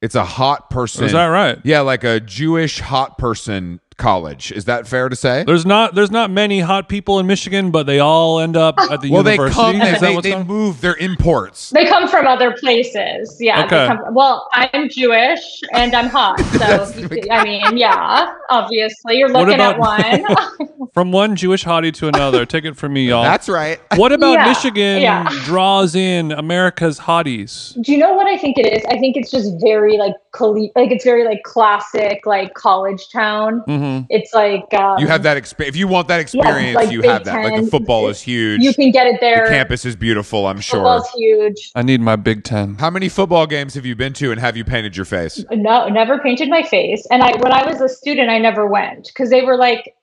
it's a hot person. Is that right? Yeah, like a Jewish hot person college. Is that fair to say? There's not there's not many hot people in Michigan, but they all end up at the well, they university. come. Is They, that they, what's they going on? move their imports. They come from other places. Yeah. they Okay. come- well, I'm Jewish and I'm hot. So, I mean, yeah, obviously. You're What looking about- at one. From one Jewish hottie to another. Take it from me, y'all. That's right. what about Yeah, Michigan yeah. draws in America's hotties? Do you know what I think it is? I think it's just very like, colle- like it's very like classic, like college town. Mm-hmm. hmm It's like, um, You have that experience. If you want that experience, like you Big have that. Like the Ten. football is huge. you can get it the there. campus is beautiful. I'm sure. Football's huge. I need my Big Ten. How many football games have you been to, and have you painted your face? no never painted my face and i when i was a student i never went because they were like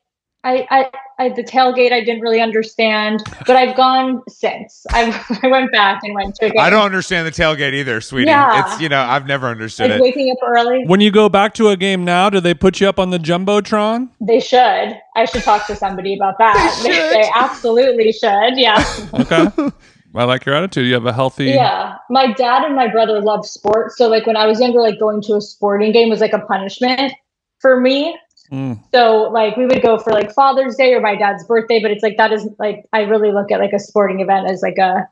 I, I i the tailgate i didn't really understand but i've gone since i i went back and went to a game. I don't understand the tailgate either, sweetie. Yeah. It's you know I've never understood like it. waking up early When you go back to a game now, do they put you up on the jumbotron? they should i should talk to somebody about that They they, should. they absolutely should yeah Okay. I like your attitude. You have a healthy. yeah my dad and my brother love sports so like when i was younger like going to a sporting game was like a punishment for me Mm. So like we would go for like Father's Day or my dad's birthday, but it's like that is like I really look at like a sporting event as like a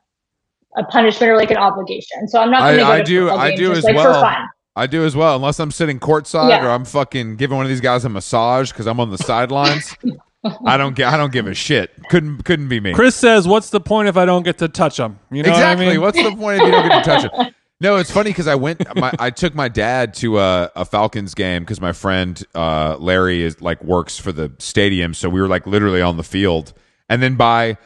a punishment or like an obligation. So I'm not I- going to go I to do- football I games do just, as like well. for fun. I do as well, unless I'm sitting courtside Yeah. or I'm fucking giving one of these guys a massage because I'm on the sidelines. I don't get. I don't give a shit. Couldn't couldn't be me. Chris says, "What's the point if I don't get to touch them?" You know exactly. what I mean? What's the point if you don't get to touch it? No, it's funny because I went. My, I took my dad to a, a Falcons game because my friend uh, Larry is like works for the stadium, so we were like literally on the field. And then by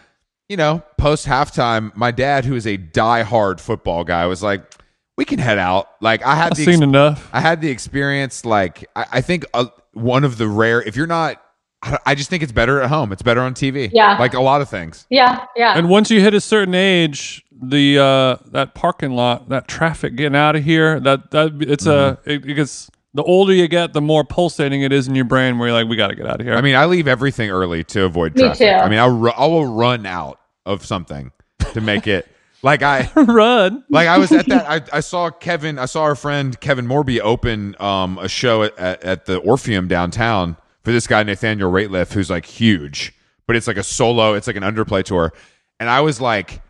you know post halftime, my dad, who is a diehard football guy, was like, "We can head out." Like I had I've the seen enough. I had the experience. Like I, I think uh one of the rare. If you're not, I, I just think it's better at home. It's better on TV. Yeah. like a lot of things. Yeah, yeah. And once you hit a certain age, the uh, that parking lot, that traffic getting out of here, that that it's a Mm-hmm. it, it gets the older you get, the more pulsating it is in your brain. Where you're like, "We got to get out of here." I mean, I leave everything early to avoid Me traffic. too. I mean, I'll ru- I will run out of something to make it. Like I Run. like I was at that. I, I saw Kevin. I saw our friend Kevin Morby open um, a show at, at, at the Orpheum downtown for this guy Nathaniel Rateliff, who's like huge, but it's like a solo. It's like an underplay tour, and I was like,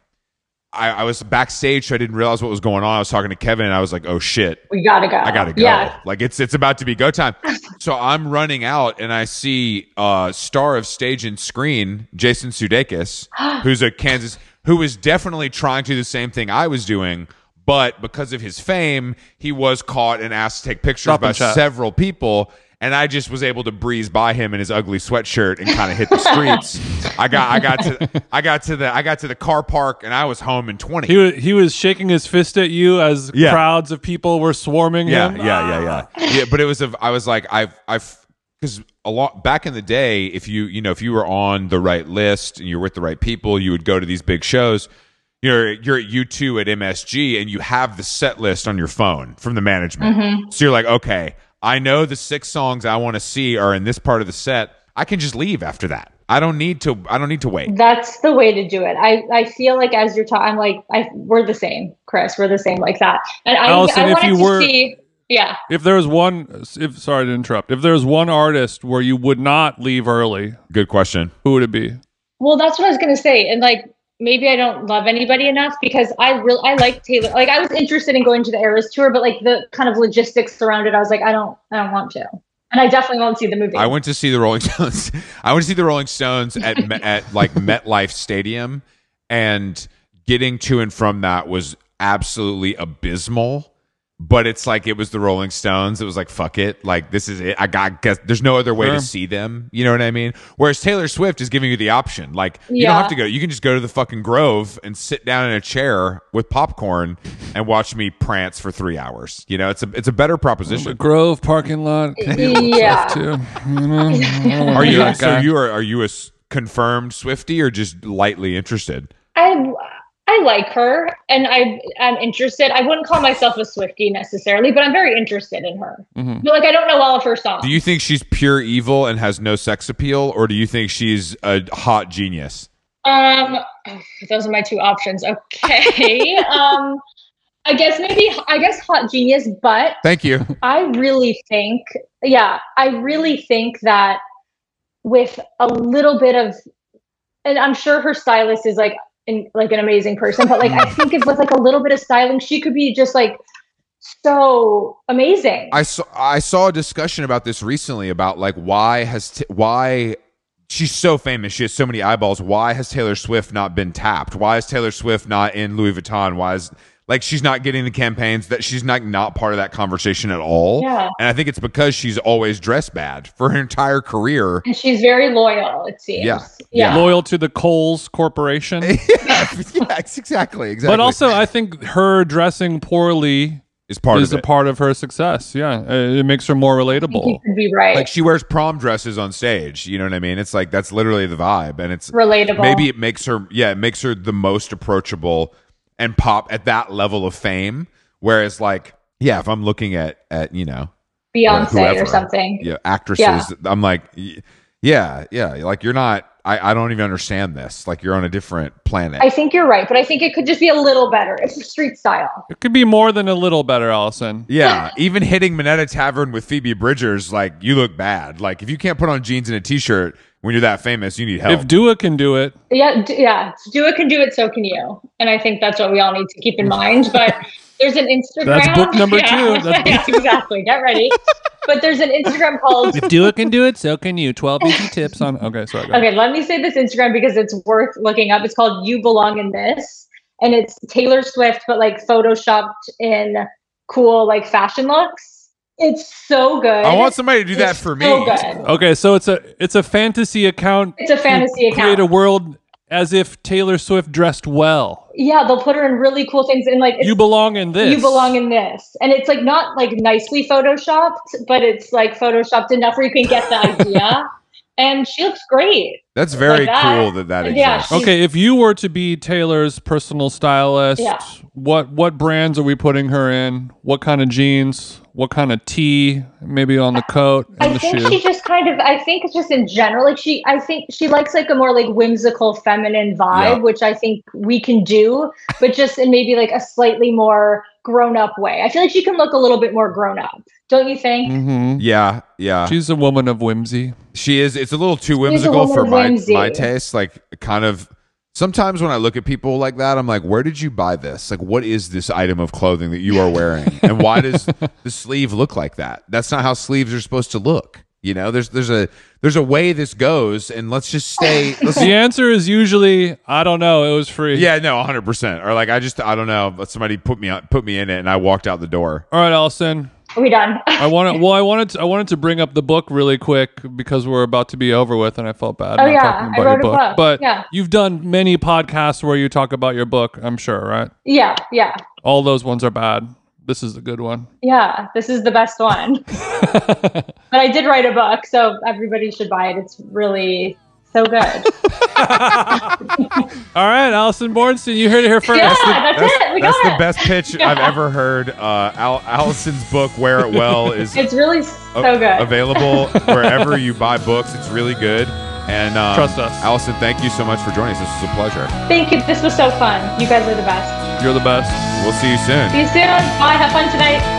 I, I was backstage, so I didn't realize what was going on. I was talking to Kevin, and I was like, oh shit, We gotta go. I gotta go. Yeah. Like it's it's about to be go time. So I'm running out and I see uh star of stage and screen, Jason Sudeikis, who's a Kansas who was definitely trying to do the same thing I was doing, but because of his fame, he was caught and asked to take pictures Stop and by chat. several people. And I just was able to breeze by him in his ugly sweatshirt and kind of hit the streets. I got, I got to, I got to the, I got to the car park, and I was home in twenty. He, wa- he was shaking his fist at you as Yeah. crowds of people were swarming yeah, him. Yeah, yeah, yeah, yeah. But it was a. I was like, I've, I've, because a lot back in the day, if you, you know, if you were on the right list and you were with the right people, you would go to these big shows. You're you're at U two at MSG, and you have the set list on your phone from the management. So you're like, okay, I know the six songs I want to see are in this part of the set. I can just leave after that. I don't need to. I don't need to Mm. wait. That's the way to do it. I, I feel like as you're talking, I'm like, I, we're the same, Chris. We're the same like that. And I, Allison, I if wanted you to were- see, yeah, If there was one, if sorry to interrupt, if there was one artist where you would not leave early, Good question. who would it be? Well, that's what I was gonna say, and like maybe I don't love anybody enough because I really I like Taylor. Like I was interested in going to the Eras tour, but like the kind of logistics around it, I was like, I don't, I don't want to, and I definitely won't see the movie. I went to see the Rolling Stones. I went to see the Rolling Stones at Me- at like MetLife Stadium, and getting to and from that was absolutely abysmal. But it's like it was the Rolling Stones. It was like fuck it, like this is it. I got guess there's no other way Sure. to see them. You know what I mean? Whereas Taylor Swift is giving you the option. Like you don't Yeah. have to go. You can just go to the fucking Grove and sit down in a chair with popcorn and watch me prance for three hours. You know, it's a it's a Oh better The proposition. Grove parking lot. yeah, Too. You know, I don't wanna Are be you that Mm-hmm. so guy. you are are you a s- confirmed Swifty or just lightly interested? I I like her, and I I'm interested. I wouldn't call myself a Swiftie necessarily, but I'm very interested in her. Mhm. But like I don't know all of her songs. Do you think she's pure evil and has no sex appeal, or do you think she's a hot genius? Um, those are my two options. Okay. um, I guess maybe I guess Hot Genius, but Thank you. I really think, yeah, I really think that with a little bit of, and I'm sure her stylist is like, an, like an amazing person, but like I think if with like a little bit of styling, she could be just like so amazing. I saw I saw a discussion about this recently about like why has t- why she's so famous, she has so many eyeballs. Why has Taylor Swift not been tapped? Why is Taylor Swift not in Louis Vuitton? Why is like she's not getting the campaigns that she's not not part of that conversation at all? Yeah. And I think it's because she's always dressed bad for her entire career. and she's very loyal, it seems. Yeah. Yeah. loyal to the Coles Corporation? yeah, yeah, ex- exactly, exactly. But also, I think her dressing poorly is part is of a it. part of her success. Yeah, uh, it makes her more I think you relatable. could be right. Like she wears prom dresses on stage. You know what I mean? It's like that's literally the vibe, and it's Relatable. maybe it makes her yeah, it makes her the most approachable and pop at that level of fame. Whereas like yeah, if I'm looking at at you know Beyonce whoever. or something. you know, actresses, I'm like y- yeah yeah like you're not. I, I don't even understand this. Like you're on a different planet. I think you're right, but I think it could just be a little better. It's street style. It could be more than a little better, Allison. Yeah, even hitting Minetta Tavern with Phoebe Bridgers, like you look bad. Like if you can't put on jeans and a t-shirt when you're that famous, you need help. If Dua can do it, Yeah, d- yeah. Do it can do it, so can you. And I think that's what we all need to keep in mind. But there's an Instagram. That's book number two. That's book- yeah, exactly. Get ready. But there's an Instagram called. if Dua can do it, so can you. Twelve easy tips on. Okay, sorry. go ahead. Okay, let me say this Instagram because it's worth looking up. It's called You Belong in This, and it's Taylor Swift, but like photoshopped in cool like fashion looks. It's so good. I want somebody to do that It's for So me. good. Okay, so it's a it's a fantasy account. It's a fantasy You Create account. a world as if Taylor Swift dressed well. Yeah, they'll put her in really cool things and like it's, You belong in this. you belong in this. And it's like not like nicely photoshopped, but it's like photoshopped enough where you can get the idea. and she looks great. That's very that. cool that that exists. Yeah, she's- Okay, if you were to be Taylor's personal stylist, Yeah. what what brands are we putting her in? What kind of jeans? What kind of tee? Maybe on the coat and I the think shoe. she just kind of I think it's just in general like she I think she likes like a more like whimsical feminine vibe Yeah. which I think we can do but just in maybe like a slightly more grown up way. I feel like she can look a little bit more grown up. Don't you think? hmm Yeah, yeah. She's a woman of whimsy. She is. It's a little too a whimsical little for my whimsy. my taste. Like kind of. Sometimes when I look at people like that, I'm like, where did you buy this? Like, what is this item of clothing that you are wearing, and why does the sleeve look like that? That's not how sleeves are supposed to look. You know, there's there's a there's a way this goes, and let's just stay. Let's, The answer is usually I don't know. It was free. yeah, no, 100. percent Or like, I just I don't know. Somebody put me on- put me in it, and I walked out the door. All right, Allison. Are we done? I wanted. Well, I wanted. To, I wanted to bring up the book really quick because we're about to be over with, and I felt bad. Oh, not yeah, talking I about wrote your a book. book, But yeah. you've done many podcasts where you talk about your book. I'm sure, right? yeah, yeah. All those ones are bad. This is a good one. Yeah, this is the best one. but I did write a book, so everybody should buy it. It's really so good. All right, Allison Bornstein, you heard it here first. yeah, that's, it. We That's got the it. best pitch I've ever heard. Uh, Al- Allison's book, "Wear It Well," is It's really Oh, so good. available wherever you buy books. It's really good. And um, Trust us. Allison. Thank you so much for joining us. This was a pleasure. Thank you. This was so fun. You guys are the best. You're the best. We'll see you soon. See you soon. Bye. Have fun tonight.